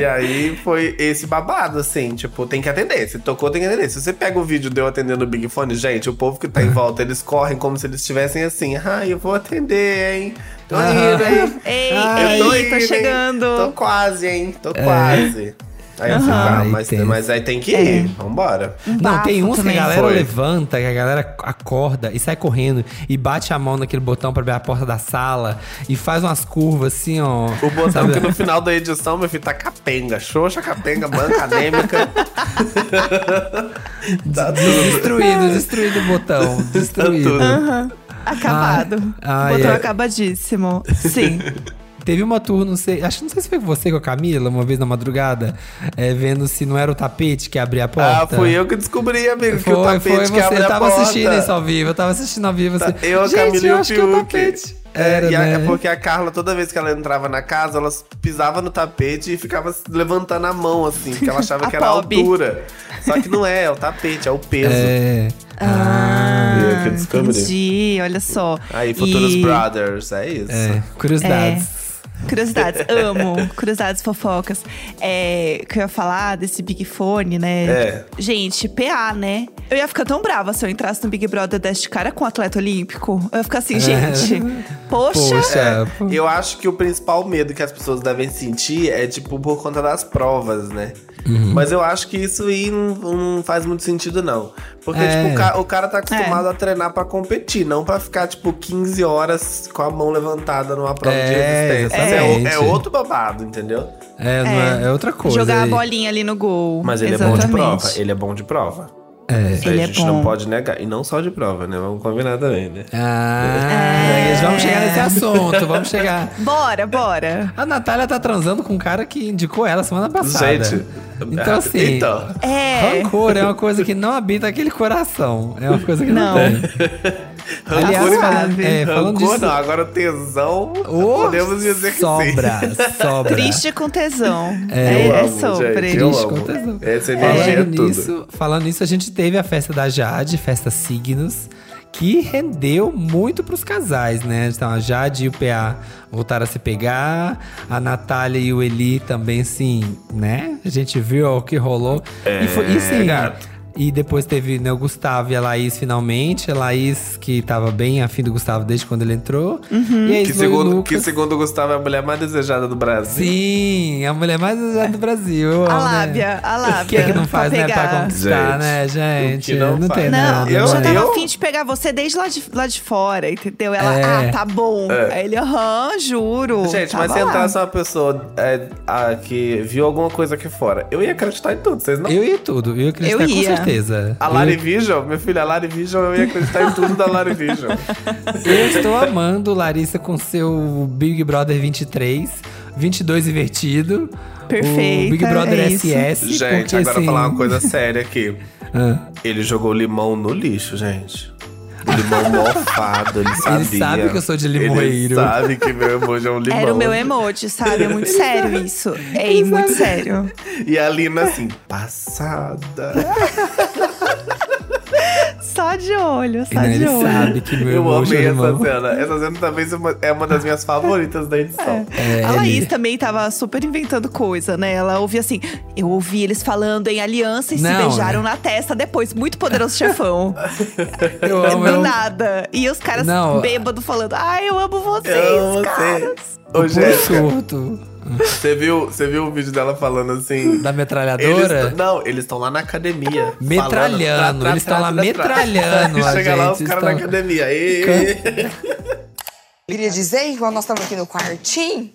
Speaker 9: E aí foi esse babado, assim, tipo, tem que atender. Se tocou, tem que atender. Se você pega o vídeo de eu atendendo o Big Fone, gente, o povo que tá em
Speaker 2: Uhum.
Speaker 9: volta, eles correm como se eles estivessem assim, ai, eu vou atender, hein? Tô
Speaker 2: Aham. tá
Speaker 9: indo, hein?
Speaker 3: Ei,
Speaker 9: Ai,
Speaker 3: ei,
Speaker 9: eu
Speaker 3: tô
Speaker 9: indo, hein? Tô
Speaker 3: chegando.
Speaker 9: quase, hein? Tô quase. Aí eu
Speaker 2: É.
Speaker 9: falei,
Speaker 2: Aham. É.
Speaker 9: ah, mas,
Speaker 2: Ai, tem-
Speaker 9: mas aí tem que ir, vambora.
Speaker 2: Não, tem
Speaker 3: Um bafo
Speaker 2: uns que a
Speaker 3: também.
Speaker 2: galera
Speaker 9: Foi.
Speaker 2: levanta, que a galera acorda e sai correndo e bate a mão naquele botão pra abrir a porta da sala e faz umas curvas assim, ó.
Speaker 9: O botão
Speaker 2: sabe?
Speaker 9: que no final da edição, meu filho, tá capenga. Xoxa, capenga, banca anêmica. tá tudo.
Speaker 2: Destruído, destruído o botão.
Speaker 9: Tá
Speaker 2: Destruído.
Speaker 3: Acabado.
Speaker 2: Ah,
Speaker 3: Botou
Speaker 2: é.
Speaker 3: acabadíssimo. Sim.
Speaker 2: Teve uma tour, não sei, acho que não sei se foi com você com a Camila, uma vez na madrugada, é, vendo se não era o tapete que abria a porta.
Speaker 9: Ah, fui eu que descobri, amigo, que o
Speaker 2: Foi,
Speaker 9: tapete
Speaker 2: foi
Speaker 9: que
Speaker 2: você.
Speaker 9: abre
Speaker 2: Eu
Speaker 9: a
Speaker 2: tava
Speaker 9: porta.
Speaker 2: assistindo isso ao vivo, eu tava assistindo ao vivo.
Speaker 9: Tá,
Speaker 2: Assim,
Speaker 9: Eu, a
Speaker 2: Gente,
Speaker 9: Camila
Speaker 2: eu
Speaker 9: e o
Speaker 2: acho que é o
Speaker 9: Fiuk.
Speaker 2: tapete.
Speaker 9: É,
Speaker 2: Era,
Speaker 9: e a-
Speaker 2: né?
Speaker 9: é porque a Carla, toda vez que ela entrava na casa, ela pisava no tapete e ficava se levantando a mão, assim, porque ela achava
Speaker 3: A
Speaker 9: que era a
Speaker 3: Pob.
Speaker 9: altura. Só que não é, é o tapete, é o peso.
Speaker 2: É.
Speaker 3: Ah,
Speaker 9: E eu que descobri.
Speaker 3: entendi, olha só.
Speaker 9: Aí, futuros
Speaker 3: E-
Speaker 9: brothers, é isso.
Speaker 2: É, curiosidades.
Speaker 3: Curiosidades, amo. Curiosidades fofocas. É, que eu ia falar desse Big Fone, né?
Speaker 9: É.
Speaker 3: Gente, PA, né? Eu ia ficar tão brava se eu entrasse no Big Brother deste cara com um atleta olímpico. Eu ia ficar assim, gente, poxa.
Speaker 2: É. Poxa. é
Speaker 9: Eu acho que o principal medo que as pessoas devem sentir é, tipo, por conta das provas, né?
Speaker 2: Uhum.
Speaker 9: Mas eu acho que isso aí não, não faz muito sentido, não. Porque,
Speaker 2: É.
Speaker 9: tipo, o, ca- o cara tá
Speaker 3: É.
Speaker 9: acostumado a treinar pra competir, não pra ficar, tipo, 15 horas com a mão levantada numa prova de
Speaker 2: É,
Speaker 9: resistência. É, o- é
Speaker 2: exatamente.
Speaker 9: outro babado, entendeu?
Speaker 2: É, não é. é outra coisa.
Speaker 3: Jogar
Speaker 2: aí.
Speaker 3: a bolinha ali no gol.
Speaker 9: Mas ele é bom de
Speaker 3: Exatamente.
Speaker 9: prova. Ele é bom de prova.
Speaker 2: É.
Speaker 9: Isso aí
Speaker 3: Ele
Speaker 9: a
Speaker 3: é
Speaker 9: gente não
Speaker 3: bom.
Speaker 9: pode negar. E não só de prova, né? Vamos combinar também, né?
Speaker 3: É.
Speaker 2: Ah, eles vamos chegar nesse assunto, vamos chegar.
Speaker 3: Bora, bora.
Speaker 2: A Natália tá transando com um cara que indicou ela semana passada.
Speaker 9: Gente,
Speaker 2: Então, assim,
Speaker 9: Então,
Speaker 3: É.
Speaker 2: Rancor é uma coisa que não habita aquele coração. É uma coisa que não,
Speaker 3: Não.
Speaker 2: tem. Aliás,
Speaker 9: rancor, né?
Speaker 2: falando, é, falando
Speaker 9: rancor
Speaker 2: disso,
Speaker 9: não. Agora tesão,
Speaker 2: ô,
Speaker 9: podemos dizer que
Speaker 2: sobra,
Speaker 9: sim.
Speaker 2: sobra.
Speaker 3: Triste com tesão.
Speaker 2: né? É,
Speaker 3: É,
Speaker 9: Eu
Speaker 3: é
Speaker 9: amo,
Speaker 3: sobre.
Speaker 9: gente, eu
Speaker 2: Triste
Speaker 9: amo.
Speaker 2: com tesão.
Speaker 9: Essa energia é
Speaker 2: Falando
Speaker 9: tudo.
Speaker 2: nisso, falando nisso, a gente teve a festa da Jade, festa Signos, que rendeu muito pros casais, né? Então a Jade e o PA voltaram a se pegar, a Natália e o Eli também, assim, né? A gente viu o que rolou.
Speaker 9: É,
Speaker 2: e foi e, assim, E depois teve né, o Gustavo e a Laís finalmente. A Laís, que tava bem afim do Gustavo desde quando ele entrou.
Speaker 3: Uhum.
Speaker 2: E aí,
Speaker 9: Que
Speaker 2: foi o
Speaker 9: segundo, que
Speaker 2: Lucas.
Speaker 9: segundo o Gustavo é a mulher mais desejada do Brasil.
Speaker 2: Sim, a mulher mais desejada do Brasil. eu
Speaker 3: A
Speaker 2: amo, né?
Speaker 3: lábia, a lábia.
Speaker 2: O que é que não faz,
Speaker 3: pra
Speaker 2: né?
Speaker 3: pegar.
Speaker 2: Pra conquistar,
Speaker 9: Gente,
Speaker 2: né,
Speaker 9: o que
Speaker 2: gente?
Speaker 9: não
Speaker 2: Não,
Speaker 9: faz.
Speaker 2: tem
Speaker 3: Não,
Speaker 2: nada.
Speaker 9: eu
Speaker 3: eu já tava
Speaker 9: eu-
Speaker 3: afim de pegar você desde lá de, lá de fora, entendeu? Ela,
Speaker 2: É.
Speaker 3: ah, tá bom. Aí ele, aham, juro.
Speaker 2: tá
Speaker 9: Gente,
Speaker 3: Tava
Speaker 9: mas se
Speaker 3: lá.
Speaker 9: entrasse uma pessoa é, a- que viu alguma coisa aqui fora, eu ia acreditar em tudo, vocês não?
Speaker 2: Eu ia tudo, eu ia acreditar
Speaker 3: Eu
Speaker 2: com
Speaker 3: ia.
Speaker 2: certeza.
Speaker 9: A Lari Vision, meu filho, a Lari Vision, eu ia acreditar em tudo da Lari Vision.
Speaker 2: Eu, eu estou amando Larissa com seu Big Brother 23, 22 invertido.
Speaker 3: Perfeita,
Speaker 2: O Big Brother
Speaker 3: é isso.
Speaker 2: SS.
Speaker 9: Gente,
Speaker 2: porque,
Speaker 9: agora
Speaker 2: assim,
Speaker 9: falar uma coisa séria aqui.
Speaker 2: Ah.
Speaker 9: Ele jogou limão no lixo, gente. O limão mofado, ele sabia.
Speaker 2: sabe que eu sou de
Speaker 9: Ele
Speaker 2: limoeiro.
Speaker 9: sabe que meu emoji é um limão.
Speaker 3: Era o meu emoji, sabe? É muito sério isso. É muito sério.
Speaker 9: E a Lina assim, passada.
Speaker 3: Só de olho, só
Speaker 2: né,
Speaker 3: Tá de
Speaker 2: ele
Speaker 3: olho.
Speaker 2: sabe que meu
Speaker 9: Eu
Speaker 2: emoji é
Speaker 9: amei essa
Speaker 2: limão.
Speaker 9: cena. Essa cena talvez é uma- é uma das minhas favoritas da edição.
Speaker 3: a
Speaker 2: É, ele-
Speaker 3: Laís também tava super inventando coisa, né? Ela ouvia assim, eu ouvi eles falando em aliança e se
Speaker 2: Não,
Speaker 3: beijaram
Speaker 2: né?
Speaker 3: na testa depois. Muito poderoso chefão.
Speaker 2: Eu amo,
Speaker 3: É
Speaker 2: é um
Speaker 3: Do
Speaker 2: eu-
Speaker 3: nada. E os caras
Speaker 2: Não.
Speaker 3: bêbados falando, ai, eu amo vocês,
Speaker 9: Eu amo
Speaker 3: cara.
Speaker 9: você. Ô,
Speaker 2: Puro
Speaker 9: Jéssica,
Speaker 2: surto.
Speaker 9: você viu, você viu o vídeo dela falando assim...
Speaker 2: Da
Speaker 9: Eles
Speaker 2: metralhadora?
Speaker 9: tão- não, eles estão lá na academia. falando,
Speaker 2: Metralhando, eles tão lá metralhando a
Speaker 9: Chega lá os
Speaker 2: gente,
Speaker 9: caras na
Speaker 2: tão-
Speaker 9: academia. E...
Speaker 11: Queria dizer, igual nós estamos aqui no quartinho,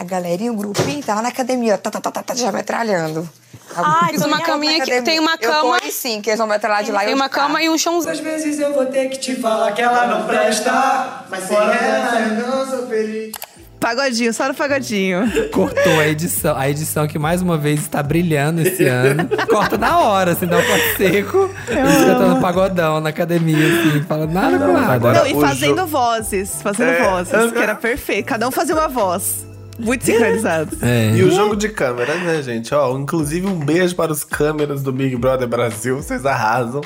Speaker 11: a galerinha, o grupinho, tava na academia, ó, tá, tá, tá, tá, tá, já metralhando.
Speaker 6: Ah,
Speaker 11: Alguns
Speaker 6: tem uma
Speaker 11: na
Speaker 6: caminha que-
Speaker 11: academia.
Speaker 6: tem uma
Speaker 11: Eu tô
Speaker 6: cama-
Speaker 11: aí sim, que eles vão metralhar de lá e eu de cá.
Speaker 6: e um chãozinho.
Speaker 12: Às vezes eu vou ter que te falar que ela não presta. Mas sem ela eu não sou feliz.
Speaker 3: Pagodinho, só no pagodinho.
Speaker 2: Cortou a edição. A edição que mais uma vez está brilhando esse ano. Corta na hora, assim, dá um corte seco. Eles cantando pagodão na academia, assim, falando nada com nada.
Speaker 9: agora-
Speaker 3: Não, e
Speaker 9: o
Speaker 3: fazendo
Speaker 9: jo-
Speaker 3: vozes, fazendo
Speaker 9: É,
Speaker 3: vozes,
Speaker 9: eu-
Speaker 3: que era perfeito. Cada um fazia uma voz. Muito sincronizado.
Speaker 2: É.
Speaker 9: E o jogo de câmera, né, gente? Ó, inclusive um beijo para os câmeras do Big Brother Brasil, vocês arrasam.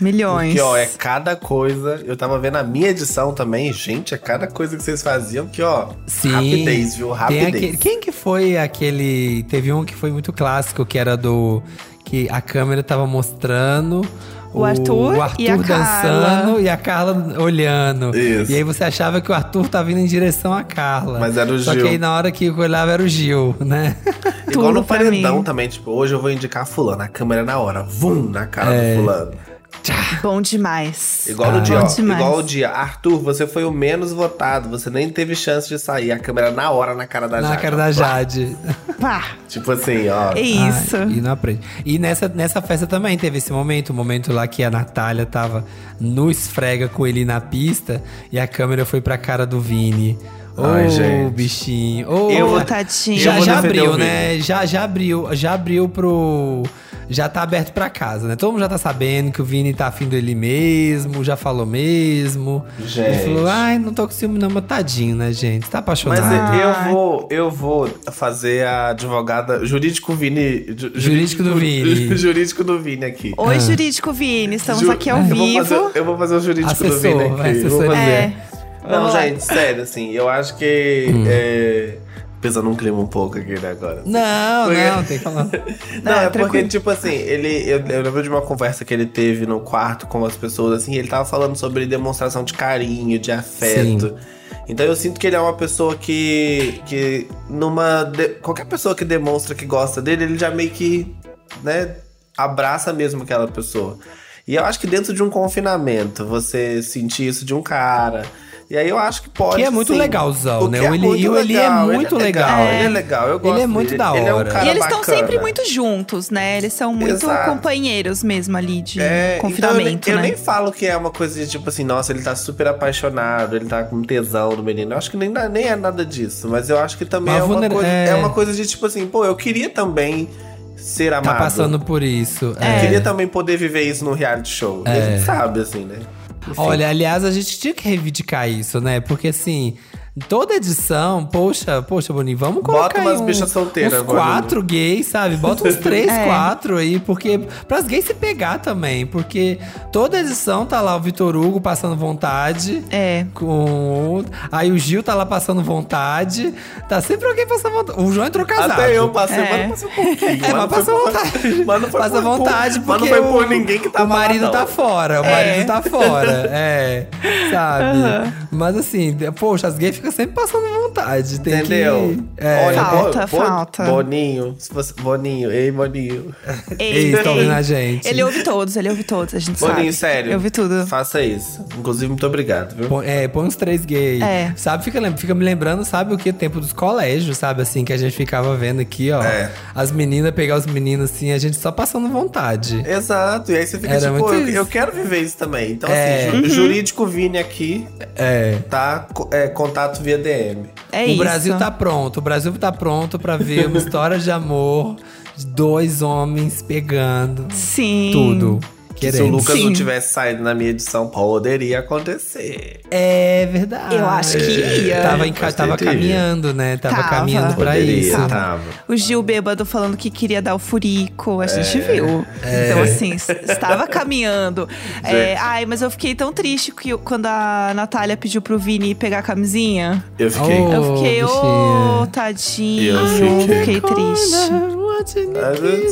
Speaker 3: Milhões.
Speaker 9: Que ó, é cada coisa. Eu tava vendo a minha edição também, gente, é cada coisa que vocês faziam que, ó,
Speaker 2: Sim.
Speaker 9: rapidez, viu?
Speaker 2: Tem
Speaker 9: Rapidez.
Speaker 2: aquele- quem que foi aquele. Teve um que foi muito clássico, que era do. Que a câmera tava mostrando.
Speaker 3: O Arthur
Speaker 2: o Arthur
Speaker 3: e a
Speaker 2: dançando
Speaker 3: Carla.
Speaker 2: e a Carla olhando.
Speaker 9: Isso.
Speaker 2: E aí você achava que o Arthur tava indo em direção à Carla.
Speaker 9: Mas era o
Speaker 2: Só
Speaker 9: Gil.
Speaker 2: que aí na hora que eu olhava era o Gil, né?
Speaker 9: Igual no
Speaker 3: tudo pra
Speaker 9: paredão
Speaker 3: mim.
Speaker 9: também, tipo, hoje eu vou indicar fulano, a câmera é na hora, vum, na cara
Speaker 2: É. Ah.
Speaker 9: do fulano.
Speaker 3: Bom demais.
Speaker 9: Igual
Speaker 3: Bom
Speaker 9: no dia, ó,
Speaker 3: demais.
Speaker 9: igual o dia, Arthur, você foi o menos votado, você nem teve chance de sair, a câmera na hora na cara da
Speaker 2: na
Speaker 9: Jade.
Speaker 2: cara da Jade.
Speaker 3: Pá,
Speaker 9: Tipo assim, ó.
Speaker 3: é isso.
Speaker 2: Ah, e não aprende. E nessa, nessa festa também teve esse momento, o momento lá que a Natália tava no esfrega com ele na pista e a câmera foi pra cara do Vini. Ô,
Speaker 9: Ai, gente.
Speaker 2: bichinho. Ô,
Speaker 9: Eu vou-
Speaker 3: tadinho.
Speaker 2: já,
Speaker 9: eu vou
Speaker 2: já
Speaker 9: defender
Speaker 2: abriu,
Speaker 9: o Vini.
Speaker 2: né? Já, já abriu, já abriu pro. Já tá aberto pra casa, né? Todo mundo já tá sabendo que o Vini tá afim dele mesmo, já falou mesmo.
Speaker 9: Gente.
Speaker 2: Ele falou, ai, não tô com ciúme não, mas tadinho, né, gente? Tá apaixonado.
Speaker 9: Mas eu um vou, eu vou fazer a advogada jurídico Vini. ju-
Speaker 2: Jurídico do Vini.
Speaker 9: jurídico do Vini aqui.
Speaker 3: Oi, jurídico Vini, estamos
Speaker 9: Ah. Ju- Ah,
Speaker 3: aqui ao
Speaker 9: eu
Speaker 3: vivo.
Speaker 9: Vou fazer, eu vou fazer o jurídico do
Speaker 2: Assessor,
Speaker 9: Vini aqui.
Speaker 2: vai,
Speaker 9: eu vou
Speaker 2: assessoria.
Speaker 9: fazer.
Speaker 3: É.
Speaker 9: Não,
Speaker 3: Vamos lá.
Speaker 2: Hum.
Speaker 9: gente, sério, assim, eu acho que. é, Pesa num clima um pouco aqui, né, agora.
Speaker 2: Não, não, tem que falar.
Speaker 9: Não, é, porque, tipo assim, ele. Eu, eu lembro de uma conversa que ele teve no quarto com as pessoas, assim, ele tava falando sobre demonstração de carinho, de afeto. Então eu sinto que ele é uma pessoa que. que numa. de- qualquer pessoa que demonstra que gosta dele, ele já meio que. né? Abraça mesmo aquela pessoa. E eu acho que dentro de um confinamento, você sentir isso de um cara. E aí eu acho que pode.
Speaker 2: Que é muito
Speaker 9: sim.
Speaker 2: legalzão, né?
Speaker 9: que
Speaker 2: O Eli- o Eli é
Speaker 9: legal,
Speaker 2: muito
Speaker 9: ele
Speaker 2: legal.
Speaker 9: Ele é legal, eu
Speaker 2: Ele
Speaker 9: gosto.
Speaker 2: é muito
Speaker 9: dele,
Speaker 2: da
Speaker 9: ele é um
Speaker 2: hora.
Speaker 9: cara
Speaker 3: E eles estão
Speaker 9: bacana.
Speaker 3: sempre muito juntos, né? Eles são muito
Speaker 9: Exato.
Speaker 3: companheiros mesmo ali de
Speaker 9: É,
Speaker 3: confinamento,
Speaker 9: então eu, nem- eu
Speaker 3: né?
Speaker 9: nem falo que é uma coisa de tipo assim, nossa, ele tá super apaixonado, ele tá com tesão no menino. Eu acho que nem, dá- nem é nada disso, mas eu acho que também
Speaker 2: Mas
Speaker 9: é, uma
Speaker 2: vulnera-
Speaker 9: coisa,
Speaker 2: é.
Speaker 9: é uma coisa de tipo assim, pô, eu queria também ser amado.
Speaker 2: Tá passando por isso.
Speaker 9: Eu
Speaker 2: é.
Speaker 9: queria tá- também poder viver isso num reality show. E
Speaker 2: É.
Speaker 9: a gente sabe, assim, né? Enfim.
Speaker 2: Olha, aliás, a gente tinha que reivindicar isso, né? Porque assim, toda edição, poxa, poxa, Boninho, vamos
Speaker 9: Bota
Speaker 2: colocar. aí
Speaker 9: umas
Speaker 2: um-
Speaker 9: bichas solteiras
Speaker 2: Uns
Speaker 9: agora, né?
Speaker 2: quatro gays, sabe? Bota uns três,
Speaker 9: É.
Speaker 2: quatro aí, porque. Pras gays se pegar também, porque toda edição tá lá o Vitor Hugo passando vontade.
Speaker 3: É.
Speaker 2: Com. Aí o Gil tá lá passando vontade. Tá sempre alguém passando vontade. O João entrou casado.
Speaker 9: Até eu passei, mas não
Speaker 2: passei um pouquinho. É, mas passou vontade.
Speaker 9: Mas não foi
Speaker 2: Passa
Speaker 9: por- por-
Speaker 2: vontade,
Speaker 9: mas
Speaker 2: porque
Speaker 9: não foi por
Speaker 2: o-
Speaker 9: ninguém que
Speaker 2: o
Speaker 9: tava lá,
Speaker 2: marido
Speaker 9: não.
Speaker 2: tá fora, o
Speaker 9: É.
Speaker 2: marido tá fora, é, sabe?
Speaker 9: Aham.
Speaker 2: Mas assim, de- poxa, as gays ficam sempre passando vontade, tem
Speaker 9: Entendeu?
Speaker 2: que... É.
Speaker 9: Bo- Bo- Boninho, se você- Boninho, ei, Boninho.
Speaker 2: Ei, estão ouvindo a gente.
Speaker 3: Ele ouve todos, ele ouve todos, a gente sabe.
Speaker 9: Boninho, sério.
Speaker 3: Eu vi tudo.
Speaker 9: Faça isso. Inclusive, muito obrigado, viu?
Speaker 2: Põe- É, põe uns três gays.
Speaker 3: É.
Speaker 2: Sabe, fica, lem- fica me lembrando, sabe o que? O tempo dos colégios, sabe? Assim, que a gente ficava vendo aqui, ó.
Speaker 9: É.
Speaker 2: As meninas pegar os meninos, assim, a gente só passando vontade.
Speaker 9: Exato, e aí você fica
Speaker 2: Era
Speaker 9: tipo,
Speaker 2: muito
Speaker 9: eu,
Speaker 2: isso.
Speaker 9: eu quero viver isso também. Então,
Speaker 2: É.
Speaker 9: assim, ju-
Speaker 2: Uhum.
Speaker 9: jurídico Vini aqui,
Speaker 2: É.
Speaker 9: tá? Co- é, contato via DM.
Speaker 3: É
Speaker 2: o Brasil tá pronto, o Brasil tá pronto pra ver uma história de amor de dois homens pegando.
Speaker 3: Sim.
Speaker 2: Tudo.
Speaker 9: Que se o
Speaker 2: Queremos.
Speaker 9: Lucas não
Speaker 2: Sim.
Speaker 9: tivesse saído na minha edição, poderia acontecer.
Speaker 2: É verdade.
Speaker 3: Eu acho que
Speaker 9: É,
Speaker 3: ia.
Speaker 2: Tava, em ca-
Speaker 9: Mas
Speaker 2: tava
Speaker 9: teria.
Speaker 2: caminhando, né? Tava,
Speaker 3: Tava.
Speaker 2: caminhando pra
Speaker 9: Poderia, tá?
Speaker 2: isso.
Speaker 9: tava.
Speaker 3: O Gil bêbado falando que queria dar o furico, a gente
Speaker 2: Ah. É.
Speaker 3: viu.
Speaker 2: É.
Speaker 3: Então, assim, s- estava caminhando. É,
Speaker 9: Gente.
Speaker 3: ai, mas eu fiquei tão triste que eu- quando a Natália pediu pro Vini pegar a camisinha.
Speaker 9: Eu fiquei.
Speaker 2: Oh.
Speaker 3: eu fiquei, ô,
Speaker 9: bichinha.
Speaker 3: tadinho.
Speaker 9: Eu fiquei.
Speaker 3: triste.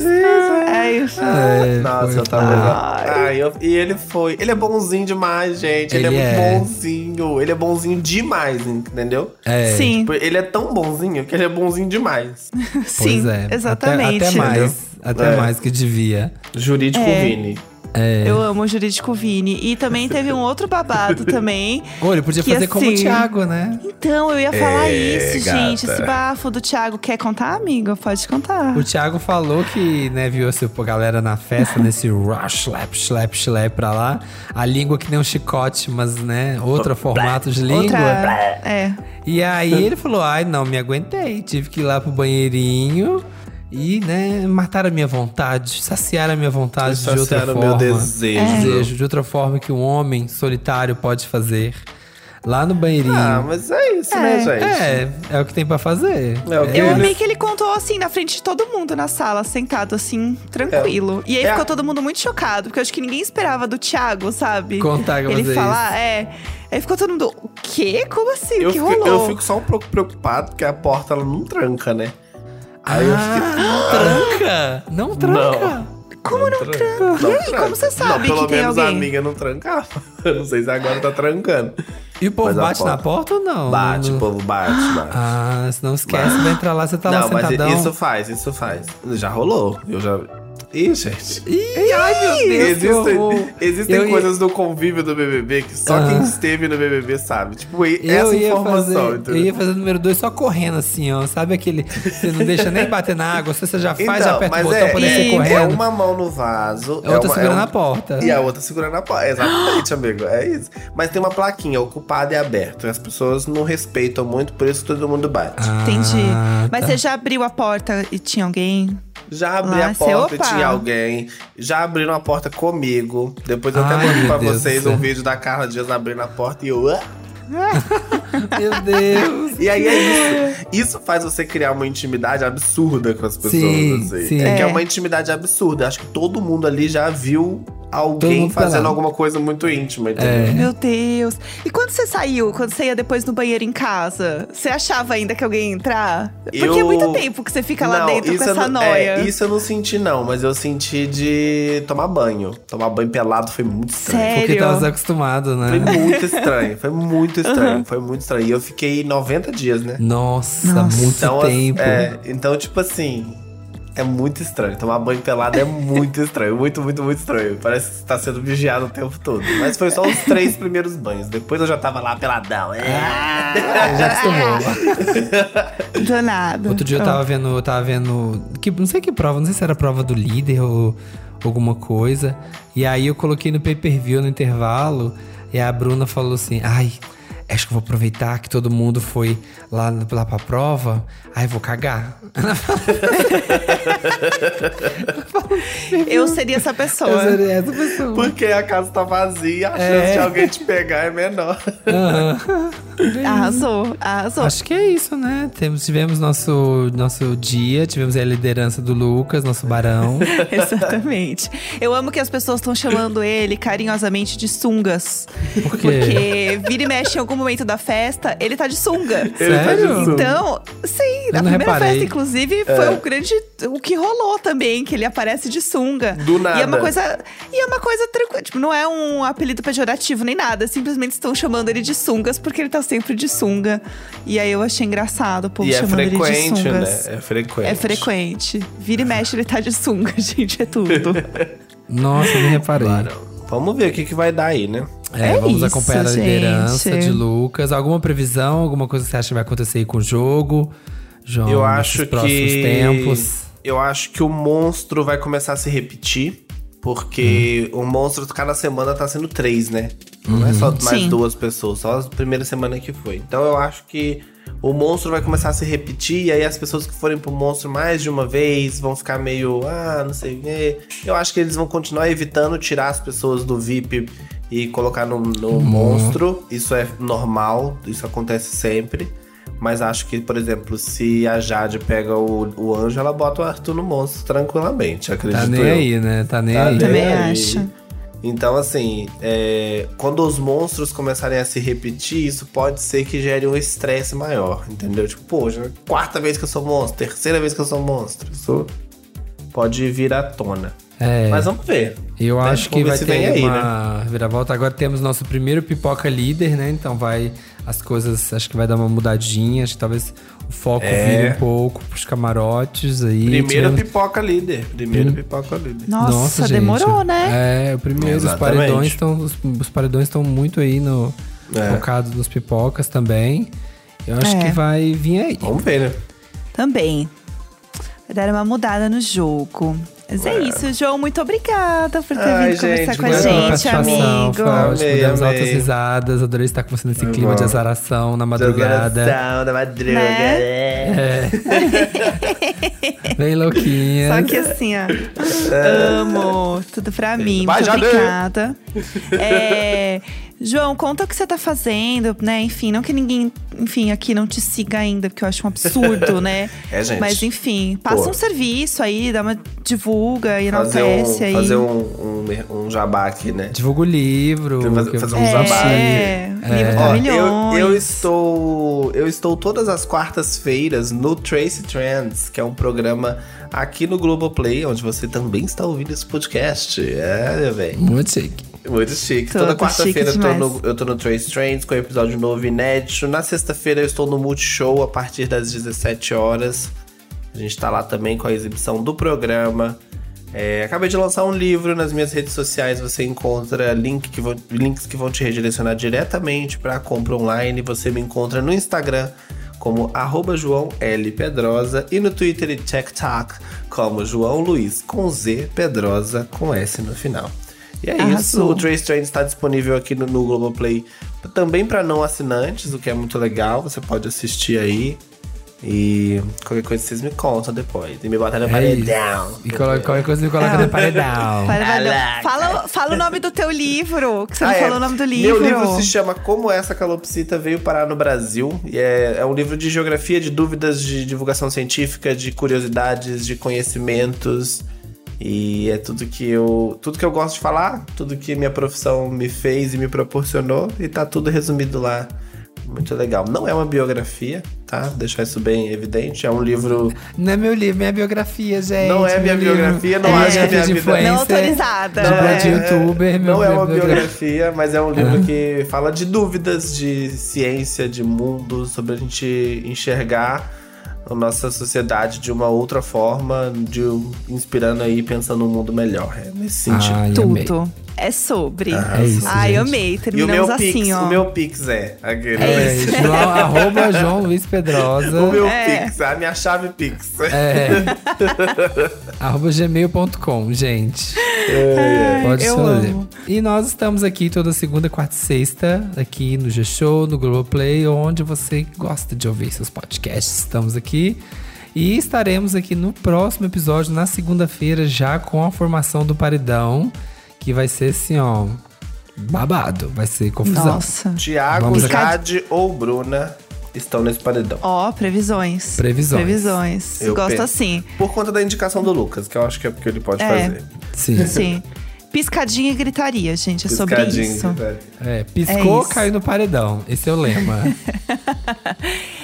Speaker 3: É isso.
Speaker 9: Ah, Nossa, eu tava. Ai, eu- e ele foi. Ele é bonzinho demais, gente. Ele,
Speaker 2: Ele
Speaker 9: é,
Speaker 2: é.
Speaker 9: muito bonzinho. Ele é bonzinho demais, entendeu?
Speaker 2: É.
Speaker 3: Sim.
Speaker 9: Tipo, ele é tão bonzinho que ele é bonzinho demais.
Speaker 2: Pois é. Até- Até, mais. Até
Speaker 9: É.
Speaker 2: mais que devia.
Speaker 9: Jurídico
Speaker 3: É.
Speaker 9: Vini.
Speaker 2: É.
Speaker 3: Eu amo o jurídico Vini. E também teve um outro babado também.
Speaker 2: Ô, ele podia
Speaker 3: que,
Speaker 2: fazer como o
Speaker 3: assim,
Speaker 2: Thiago, né?
Speaker 3: Então, eu ia falar
Speaker 2: É,
Speaker 3: isso, gente.
Speaker 2: gata.
Speaker 3: Esse bafo do Thiago. Quer contar, amigo? Pode contar.
Speaker 2: O Thiago falou que, né, viu assim, a galera na festa, nesse rush, slap, slap, slap pra lá. A língua que nem um chicote, mas, né, outro formato de língua.
Speaker 3: Outra... É.
Speaker 2: E aí ele falou: ai, não, me aguentei. Tive que ir lá pro banheirinho e, né, matar a minha vontade, saciar a minha vontade de outra
Speaker 9: Saciar o
Speaker 2: forma.
Speaker 9: meu desejo. É.
Speaker 2: Desejo, de outra forma que um homem solitário pode fazer. Lá no banheirinho.
Speaker 9: Ah, mas é isso, né, gente?
Speaker 2: É, é o que tem pra fazer.
Speaker 9: É o que
Speaker 3: Eu
Speaker 2: É.
Speaker 3: amei que ele contou assim, na frente de todo mundo na sala, sentado assim, tranquilo.
Speaker 9: É.
Speaker 3: E aí ficou todo mundo muito chocado, porque eu acho que ninguém esperava do Thiago, sabe?
Speaker 2: Contar que
Speaker 3: Ele
Speaker 2: fazer
Speaker 3: falar, é. Aí ficou todo mundo, o quê? Como assim? O
Speaker 9: Eu,
Speaker 3: que
Speaker 9: fico,
Speaker 3: rolou?
Speaker 9: eu fico só um pouco preocupado porque a porta ela não tranca, né? Aí eu fiquei.
Speaker 2: Ah, Não tranca! Não tranca!
Speaker 9: Como não, tranca?
Speaker 3: E aí, como você sabe
Speaker 9: pelo
Speaker 3: que tem
Speaker 9: menos a
Speaker 3: alguém?
Speaker 9: amiga não trancava. Eu não sei se agora tá trancando.
Speaker 2: E o povo bate na porta ou não?
Speaker 9: Bate,
Speaker 2: Não-
Speaker 9: o povo bate, bate.
Speaker 2: Ah, se não esquece, vai entrar lá, você tá lá
Speaker 9: não, mas
Speaker 2: sentadão.
Speaker 9: isso faz, isso faz. Já rolou. Eu já. Ih, gente.
Speaker 2: Ih, ai, meu Deus, que horror.
Speaker 9: Existem, existem
Speaker 2: Eu ia-
Speaker 9: coisas do convívio do BBB que só
Speaker 2: Ah.
Speaker 9: quem esteve no BBB sabe. Tipo, e-
Speaker 2: Eu
Speaker 9: essa
Speaker 2: ia,
Speaker 9: informação,
Speaker 2: fazer, eu
Speaker 9: entendeu?
Speaker 2: ia fazer o número 2 só correndo assim, ó. Sabe aquele. Você não deixa nem bater na água, se você já faz, já aperta o
Speaker 9: mas
Speaker 2: botão
Speaker 9: é,
Speaker 2: pra descer
Speaker 9: é,
Speaker 2: correndo.
Speaker 9: É uma mão no vaso.
Speaker 2: A outra
Speaker 9: uma-
Speaker 2: segurando
Speaker 9: um-
Speaker 2: a porta.
Speaker 9: E a outra segurando a porta. Exatamente, amigo. É isso. Mas tem uma plaquinha, ocupado e aberto. As pessoas não respeitam muito, por isso todo mundo bate.
Speaker 2: Ah.
Speaker 3: Entendi.
Speaker 9: Ah, tá.
Speaker 3: Mas você já abriu a porta e tinha alguém?
Speaker 9: Já abri
Speaker 3: Lá,
Speaker 9: a
Speaker 3: você,
Speaker 9: porta e
Speaker 3: opa.
Speaker 9: tinha alguém. Já abriram a porta comigo. Depois eu até
Speaker 2: Ai,
Speaker 9: mandei
Speaker 2: meu
Speaker 9: pra
Speaker 2: Deus do
Speaker 9: vocês
Speaker 2: céu.
Speaker 9: um vídeo da Carla Dias abrindo a porta e eu. "Ah!"
Speaker 2: Meu Deus.
Speaker 9: E aí é isso. Isso faz você criar uma intimidade absurda com as pessoas.
Speaker 2: Sim,
Speaker 9: assim.
Speaker 2: sim.
Speaker 9: É que
Speaker 2: É.
Speaker 9: é uma intimidade absurda. Acho que todo mundo ali já viu alguém
Speaker 2: mundo tá É.
Speaker 9: fazendo
Speaker 2: pelado.
Speaker 9: alguma coisa muito íntima, entendeu?
Speaker 3: Meu Deus. E quando você saiu, quando você ia depois no banheiro em casa, você achava ainda que alguém ia entrar? Porque é
Speaker 9: Eu-
Speaker 3: muito tempo que você fica lá
Speaker 9: Não,
Speaker 3: dentro com
Speaker 9: isso eu
Speaker 3: essa
Speaker 9: não-
Speaker 3: noia.
Speaker 9: É, isso eu não senti, não, mas eu senti de tomar banho. Tomar banho pelado foi muito estranho.
Speaker 2: Porque tava desacostumado, né?
Speaker 9: Foi muito estranho, foi muito estranho,
Speaker 2: Aham.
Speaker 9: foi muito estranho. E eu fiquei 90 dias, né?
Speaker 2: Nossa, muito
Speaker 9: então, as-
Speaker 2: tempo. né?
Speaker 9: é, então, tipo assim, é muito estranho. Tomar banho pelado é muito estranho, muito, muito, muito estranho. Parece que você tá sendo vigiado o tempo todo. Mas foi só os três primeiros banhos. Depois eu já tava lá peladão. É,
Speaker 2: Ah, já acostumou.
Speaker 3: Danado.
Speaker 2: Outro dia eu tava vendo, eu tava vendo. Que, não sei que prova, não sei se era prova do líder ou alguma coisa. E aí eu coloquei no pay-per-view no intervalo. E a Bruna falou assim: ai, acho que eu vou aproveitar que todo mundo foi lá, lá pra prova. Ai, vou cagar.
Speaker 3: Eu seria essa pessoa.
Speaker 2: Eu seria essa pessoa.
Speaker 9: Porque a casa tá vazia, a
Speaker 2: É.
Speaker 9: chance de alguém te pegar é menor.
Speaker 3: Arrasou, arrasou.
Speaker 2: Acho que é isso, né? Temos, tivemos nosso, nosso dia, tivemos a liderança do Lucas, nosso barão.
Speaker 3: Exatamente. Eu amo que as pessoas estão chamando ele carinhosamente de sungas.
Speaker 2: Por quê?
Speaker 3: Porque vira e mexe em algum momento da festa, ele tá de sunga.
Speaker 2: Ele tá de sunga.
Speaker 3: Então, sim, na
Speaker 2: não
Speaker 3: primeira
Speaker 2: reparei.
Speaker 3: festa, inclusive,
Speaker 2: É.
Speaker 3: foi o grande. o que rolou também, que ele aparece de sunga.
Speaker 9: Do nada.
Speaker 3: E é uma coisa. E é uma coisa tranquila. Tipo, não é um apelido pejorativo nem nada. Simplesmente estão chamando ele de sungas porque ele tá sempre de sunga. E aí eu achei engraçado o povo
Speaker 9: E é
Speaker 3: chamando ele de
Speaker 9: frequente, né?
Speaker 3: sungas.
Speaker 9: É frequente.
Speaker 3: É frequente. Vira e mexe, ele tá de sunga, gente. É tudo.
Speaker 2: Nossa, eu nem reparei.
Speaker 9: Vamos ver o que, que vai dar aí, né?
Speaker 2: É,
Speaker 3: É
Speaker 2: vamos
Speaker 3: isso,
Speaker 2: acompanhar a
Speaker 3: gente.
Speaker 2: liderança de Lucas. Alguma previsão, alguma coisa que você acha que vai acontecer aí com o jogo? João,
Speaker 9: eu
Speaker 2: nesses
Speaker 9: acho
Speaker 2: próximos
Speaker 9: que
Speaker 2: tempos.
Speaker 9: eu acho que o monstro vai começar a se repetir porque o monstro cada semana tá sendo três né não é só
Speaker 2: Uhum.
Speaker 9: mais
Speaker 2: Sim.
Speaker 9: duas pessoas só a primeira semana que foi então eu acho que o monstro vai começar a se repetir e aí as pessoas que forem pro monstro mais de uma vez vão ficar meio ah não sei o quê. eu acho que eles vão continuar evitando tirar as pessoas do VIP e colocar no, no
Speaker 2: Uhum.
Speaker 9: monstro isso é normal isso acontece sempre mas acho que, por exemplo, se a Jade pega o, o anjo, ela bota o Arthur no monstro tranquilamente, acredito
Speaker 2: Tá nem
Speaker 9: eu.
Speaker 2: aí, né? Tá nem
Speaker 9: Tá
Speaker 2: aí.
Speaker 9: nem aí. Então, assim, é, quando os monstros começarem a se repetir, isso pode ser que gere um estresse maior, entendeu? Tipo, pô, já é a quarta vez que eu sou monstro, terceira vez que eu sou monstro. Isso pode vir à tona.
Speaker 2: É.
Speaker 9: Mas vamos ver.
Speaker 2: Eu
Speaker 9: Né?
Speaker 2: acho
Speaker 9: Vamos
Speaker 2: que
Speaker 9: ver
Speaker 2: vai
Speaker 9: se vem
Speaker 2: ter
Speaker 9: aí, né?
Speaker 2: uma reviravolta. Agora temos nosso primeiro pipoca líder, né? Então vai. As coisas acho que vai dar uma mudadinha. Acho que talvez o foco
Speaker 9: É.
Speaker 2: vire um pouco pros camarotes aí.
Speaker 9: Primeira
Speaker 2: Tivemos-
Speaker 9: pipoca líder. Primeiro
Speaker 2: né? Hum.
Speaker 9: pipoca líder.
Speaker 3: Nossa, demorou, né?
Speaker 2: É, o primeiro, os
Speaker 9: Exatamente.
Speaker 2: paredões estão. Os, os paredões estão muito aí no.
Speaker 9: É.
Speaker 2: Focados nos pipocas também. Eu acho
Speaker 3: É. Tá
Speaker 2: que vai vir aí.
Speaker 9: Vamos ver, né?
Speaker 3: Também. Vai dar uma mudada no jogo. Mas é, isso, João. Muito obrigada por ter
Speaker 9: Ai,
Speaker 3: vindo conversar
Speaker 9: gente,
Speaker 3: com
Speaker 9: obrigado pela
Speaker 3: a gente, amigo.
Speaker 2: Foi ótimo,
Speaker 9: Amei,
Speaker 2: demos
Speaker 9: amei. Tá
Speaker 2: altas risadas. Adorei estar com você nesse clima de azaração na madrugada.
Speaker 9: Adoração da madruga. né?
Speaker 2: É. Bem louquinha.
Speaker 3: Só que assim, ó.
Speaker 9: É.
Speaker 3: Amo. Tudo pra mim.
Speaker 2: Vai,
Speaker 3: Muito
Speaker 2: Jade!
Speaker 3: obrigada. É, João, conta o que você tá fazendo, né? Enfim, não que ninguém, enfim, aqui não te siga ainda, porque eu acho um absurdo, né?
Speaker 9: É, gente.
Speaker 3: Mas enfim, passa
Speaker 9: Pô.
Speaker 3: um serviço aí, dá uma divulga,
Speaker 9: fazer
Speaker 3: enaltece
Speaker 9: um,
Speaker 3: aí.
Speaker 9: fazer um, um, um jabá aqui, né?
Speaker 2: Divulga o livro.
Speaker 9: Fazer,
Speaker 2: que
Speaker 9: fazer
Speaker 2: eu
Speaker 9: um
Speaker 2: fiz.
Speaker 9: jabá.
Speaker 2: É, o livro tá
Speaker 9: Ó,
Speaker 2: milhões.
Speaker 9: eu, eu estou eu estou todas as quartas-feiras no Trace Trends, que é um programa aqui no Globoplay, onde você também está ouvindo esse podcast. É, meu velho.
Speaker 2: Muito chique.
Speaker 9: Muito chique.
Speaker 2: Tô-
Speaker 9: Toda
Speaker 2: tô chique
Speaker 9: quarta-feira eu, tô
Speaker 2: demais.
Speaker 9: no- eu tô no Trace Trends com episódio novo e inédito. Na sexta-feira eu estou no Multishow a partir das 17 horas. A gente tá lá também com a exibição do programa. É, acabei de lançar um livro nas minhas redes sociais. Você encontra link que vão- links que vão te redirecionar diretamente para compra online. Você me encontra no Instagram como arroba João L. Pedrosa e no Twitter e TikTok como João Luiz com Z Pedrosa com S no final. E é
Speaker 3: Arrasou.
Speaker 9: isso. O Trace Train está disponível aqui no, no Globoplay também para não assinantes, o que é muito legal. Você pode assistir aí. E qualquer coisa vocês me contam depois. E me botar no
Speaker 2: É
Speaker 9: paredão.
Speaker 2: isso. E coloca, qualquer coisa me coloca
Speaker 3: Não.
Speaker 2: no paredão.
Speaker 3: Parabéns.
Speaker 9: Caraca.
Speaker 3: Fala, fala o nome do teu livro, que você não
Speaker 9: Ah, é.
Speaker 3: falou o nome do livro.
Speaker 9: Meu livro se chama Como Essa Calopsita Veio Parar no Brasil. E é, é um livro de geografia, de dúvidas, de divulgação científica, de curiosidades, de conhecimentos. E é tudo que eu, tudo que eu gosto de falar, tudo que minha profissão me fez e me proporcionou e tá tudo resumido lá. Muito legal. Não é uma biografia, tá? Deixar isso bem evidente. É um livro.
Speaker 2: Não é meu livro, minha biografia, gente.
Speaker 9: Não é minha
Speaker 2: meu
Speaker 9: biografia,
Speaker 2: livro.
Speaker 9: não
Speaker 2: É,
Speaker 9: acho que é minha
Speaker 2: de
Speaker 9: vida.
Speaker 2: influencer,
Speaker 3: Não autorizada,
Speaker 2: Não é
Speaker 3: é.
Speaker 2: de youtuber, meu
Speaker 9: Não é uma
Speaker 2: livro.
Speaker 9: biografia, mas é um livro que fala de dúvidas de ciência, de mundo, sobre a gente enxergar a nossa sociedade de uma outra forma, de um- inspirando aí, pensando num mundo melhor. É nesse sentido.
Speaker 2: Ai, amei.
Speaker 3: Tudo. É sobre.
Speaker 9: Ah, É isso,
Speaker 3: Ai,
Speaker 9: gente.
Speaker 3: amei.
Speaker 9: E o
Speaker 3: Terminamos
Speaker 9: meu
Speaker 3: assim,
Speaker 9: Pix,
Speaker 3: ó.
Speaker 9: o meu Pix é. Aquele.
Speaker 2: É, João, arroba João Luiz Pedrosa.
Speaker 9: O meu
Speaker 3: É.
Speaker 9: Pix, a minha chave Pix.
Speaker 2: É. arroba gmail.com, gente. Pode
Speaker 3: eu
Speaker 2: escolher.
Speaker 3: amo.
Speaker 2: E nós estamos aqui toda segunda, quarta e sexta, aqui no G-Show, no Globoplay, onde você gosta de ouvir seus podcasts. Estamos aqui. E estaremos aqui no próximo episódio, na segunda-feira, já com a formação do Paredão, que vai ser assim, ó, babado. Vai ser confusão.
Speaker 3: Nossa.
Speaker 9: Tiago,
Speaker 2: Vamos acabar.
Speaker 9: Jade ou Bruna estão nesse paredão.
Speaker 3: Ó, previsões.
Speaker 2: Previsões.
Speaker 3: Previsões.
Speaker 9: Eu
Speaker 3: Gosto
Speaker 9: penso.
Speaker 3: assim.
Speaker 9: Por conta da indicação do Lucas, que eu acho que é porque ele pode
Speaker 3: É.
Speaker 9: fazer.
Speaker 2: Sim.
Speaker 3: Sim. Piscadinha e gritaria, gente. É sobre
Speaker 9: Piscadinha,
Speaker 3: isso.
Speaker 9: velho.
Speaker 2: É, piscou,
Speaker 3: É isso.
Speaker 2: caiu no paredão. Esse é o lema.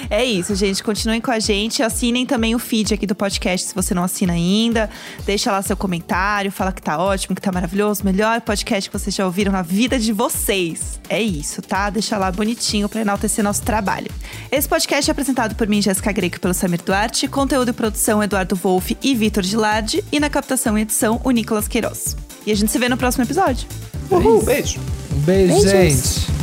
Speaker 3: É isso, gente. Continuem com a gente. Assinem também o feed aqui do podcast se você não assina ainda. Deixa lá seu comentário, fala que tá ótimo, que tá maravilhoso. Melhor podcast que vocês já ouviram na vida de vocês. É isso, tá? Deixa lá bonitinho pra enaltecer nosso trabalho. Esse podcast é apresentado por mim, Jéssica Greco, e pelo Samir Duarte. Conteúdo e produção, Eduardo Wolff e Vitor Gilardi. E na captação e edição, o Nicolas Queiroz. E a gente se vê no próximo episódio.
Speaker 9: Uhul, beijo.
Speaker 2: Um beijo, gente.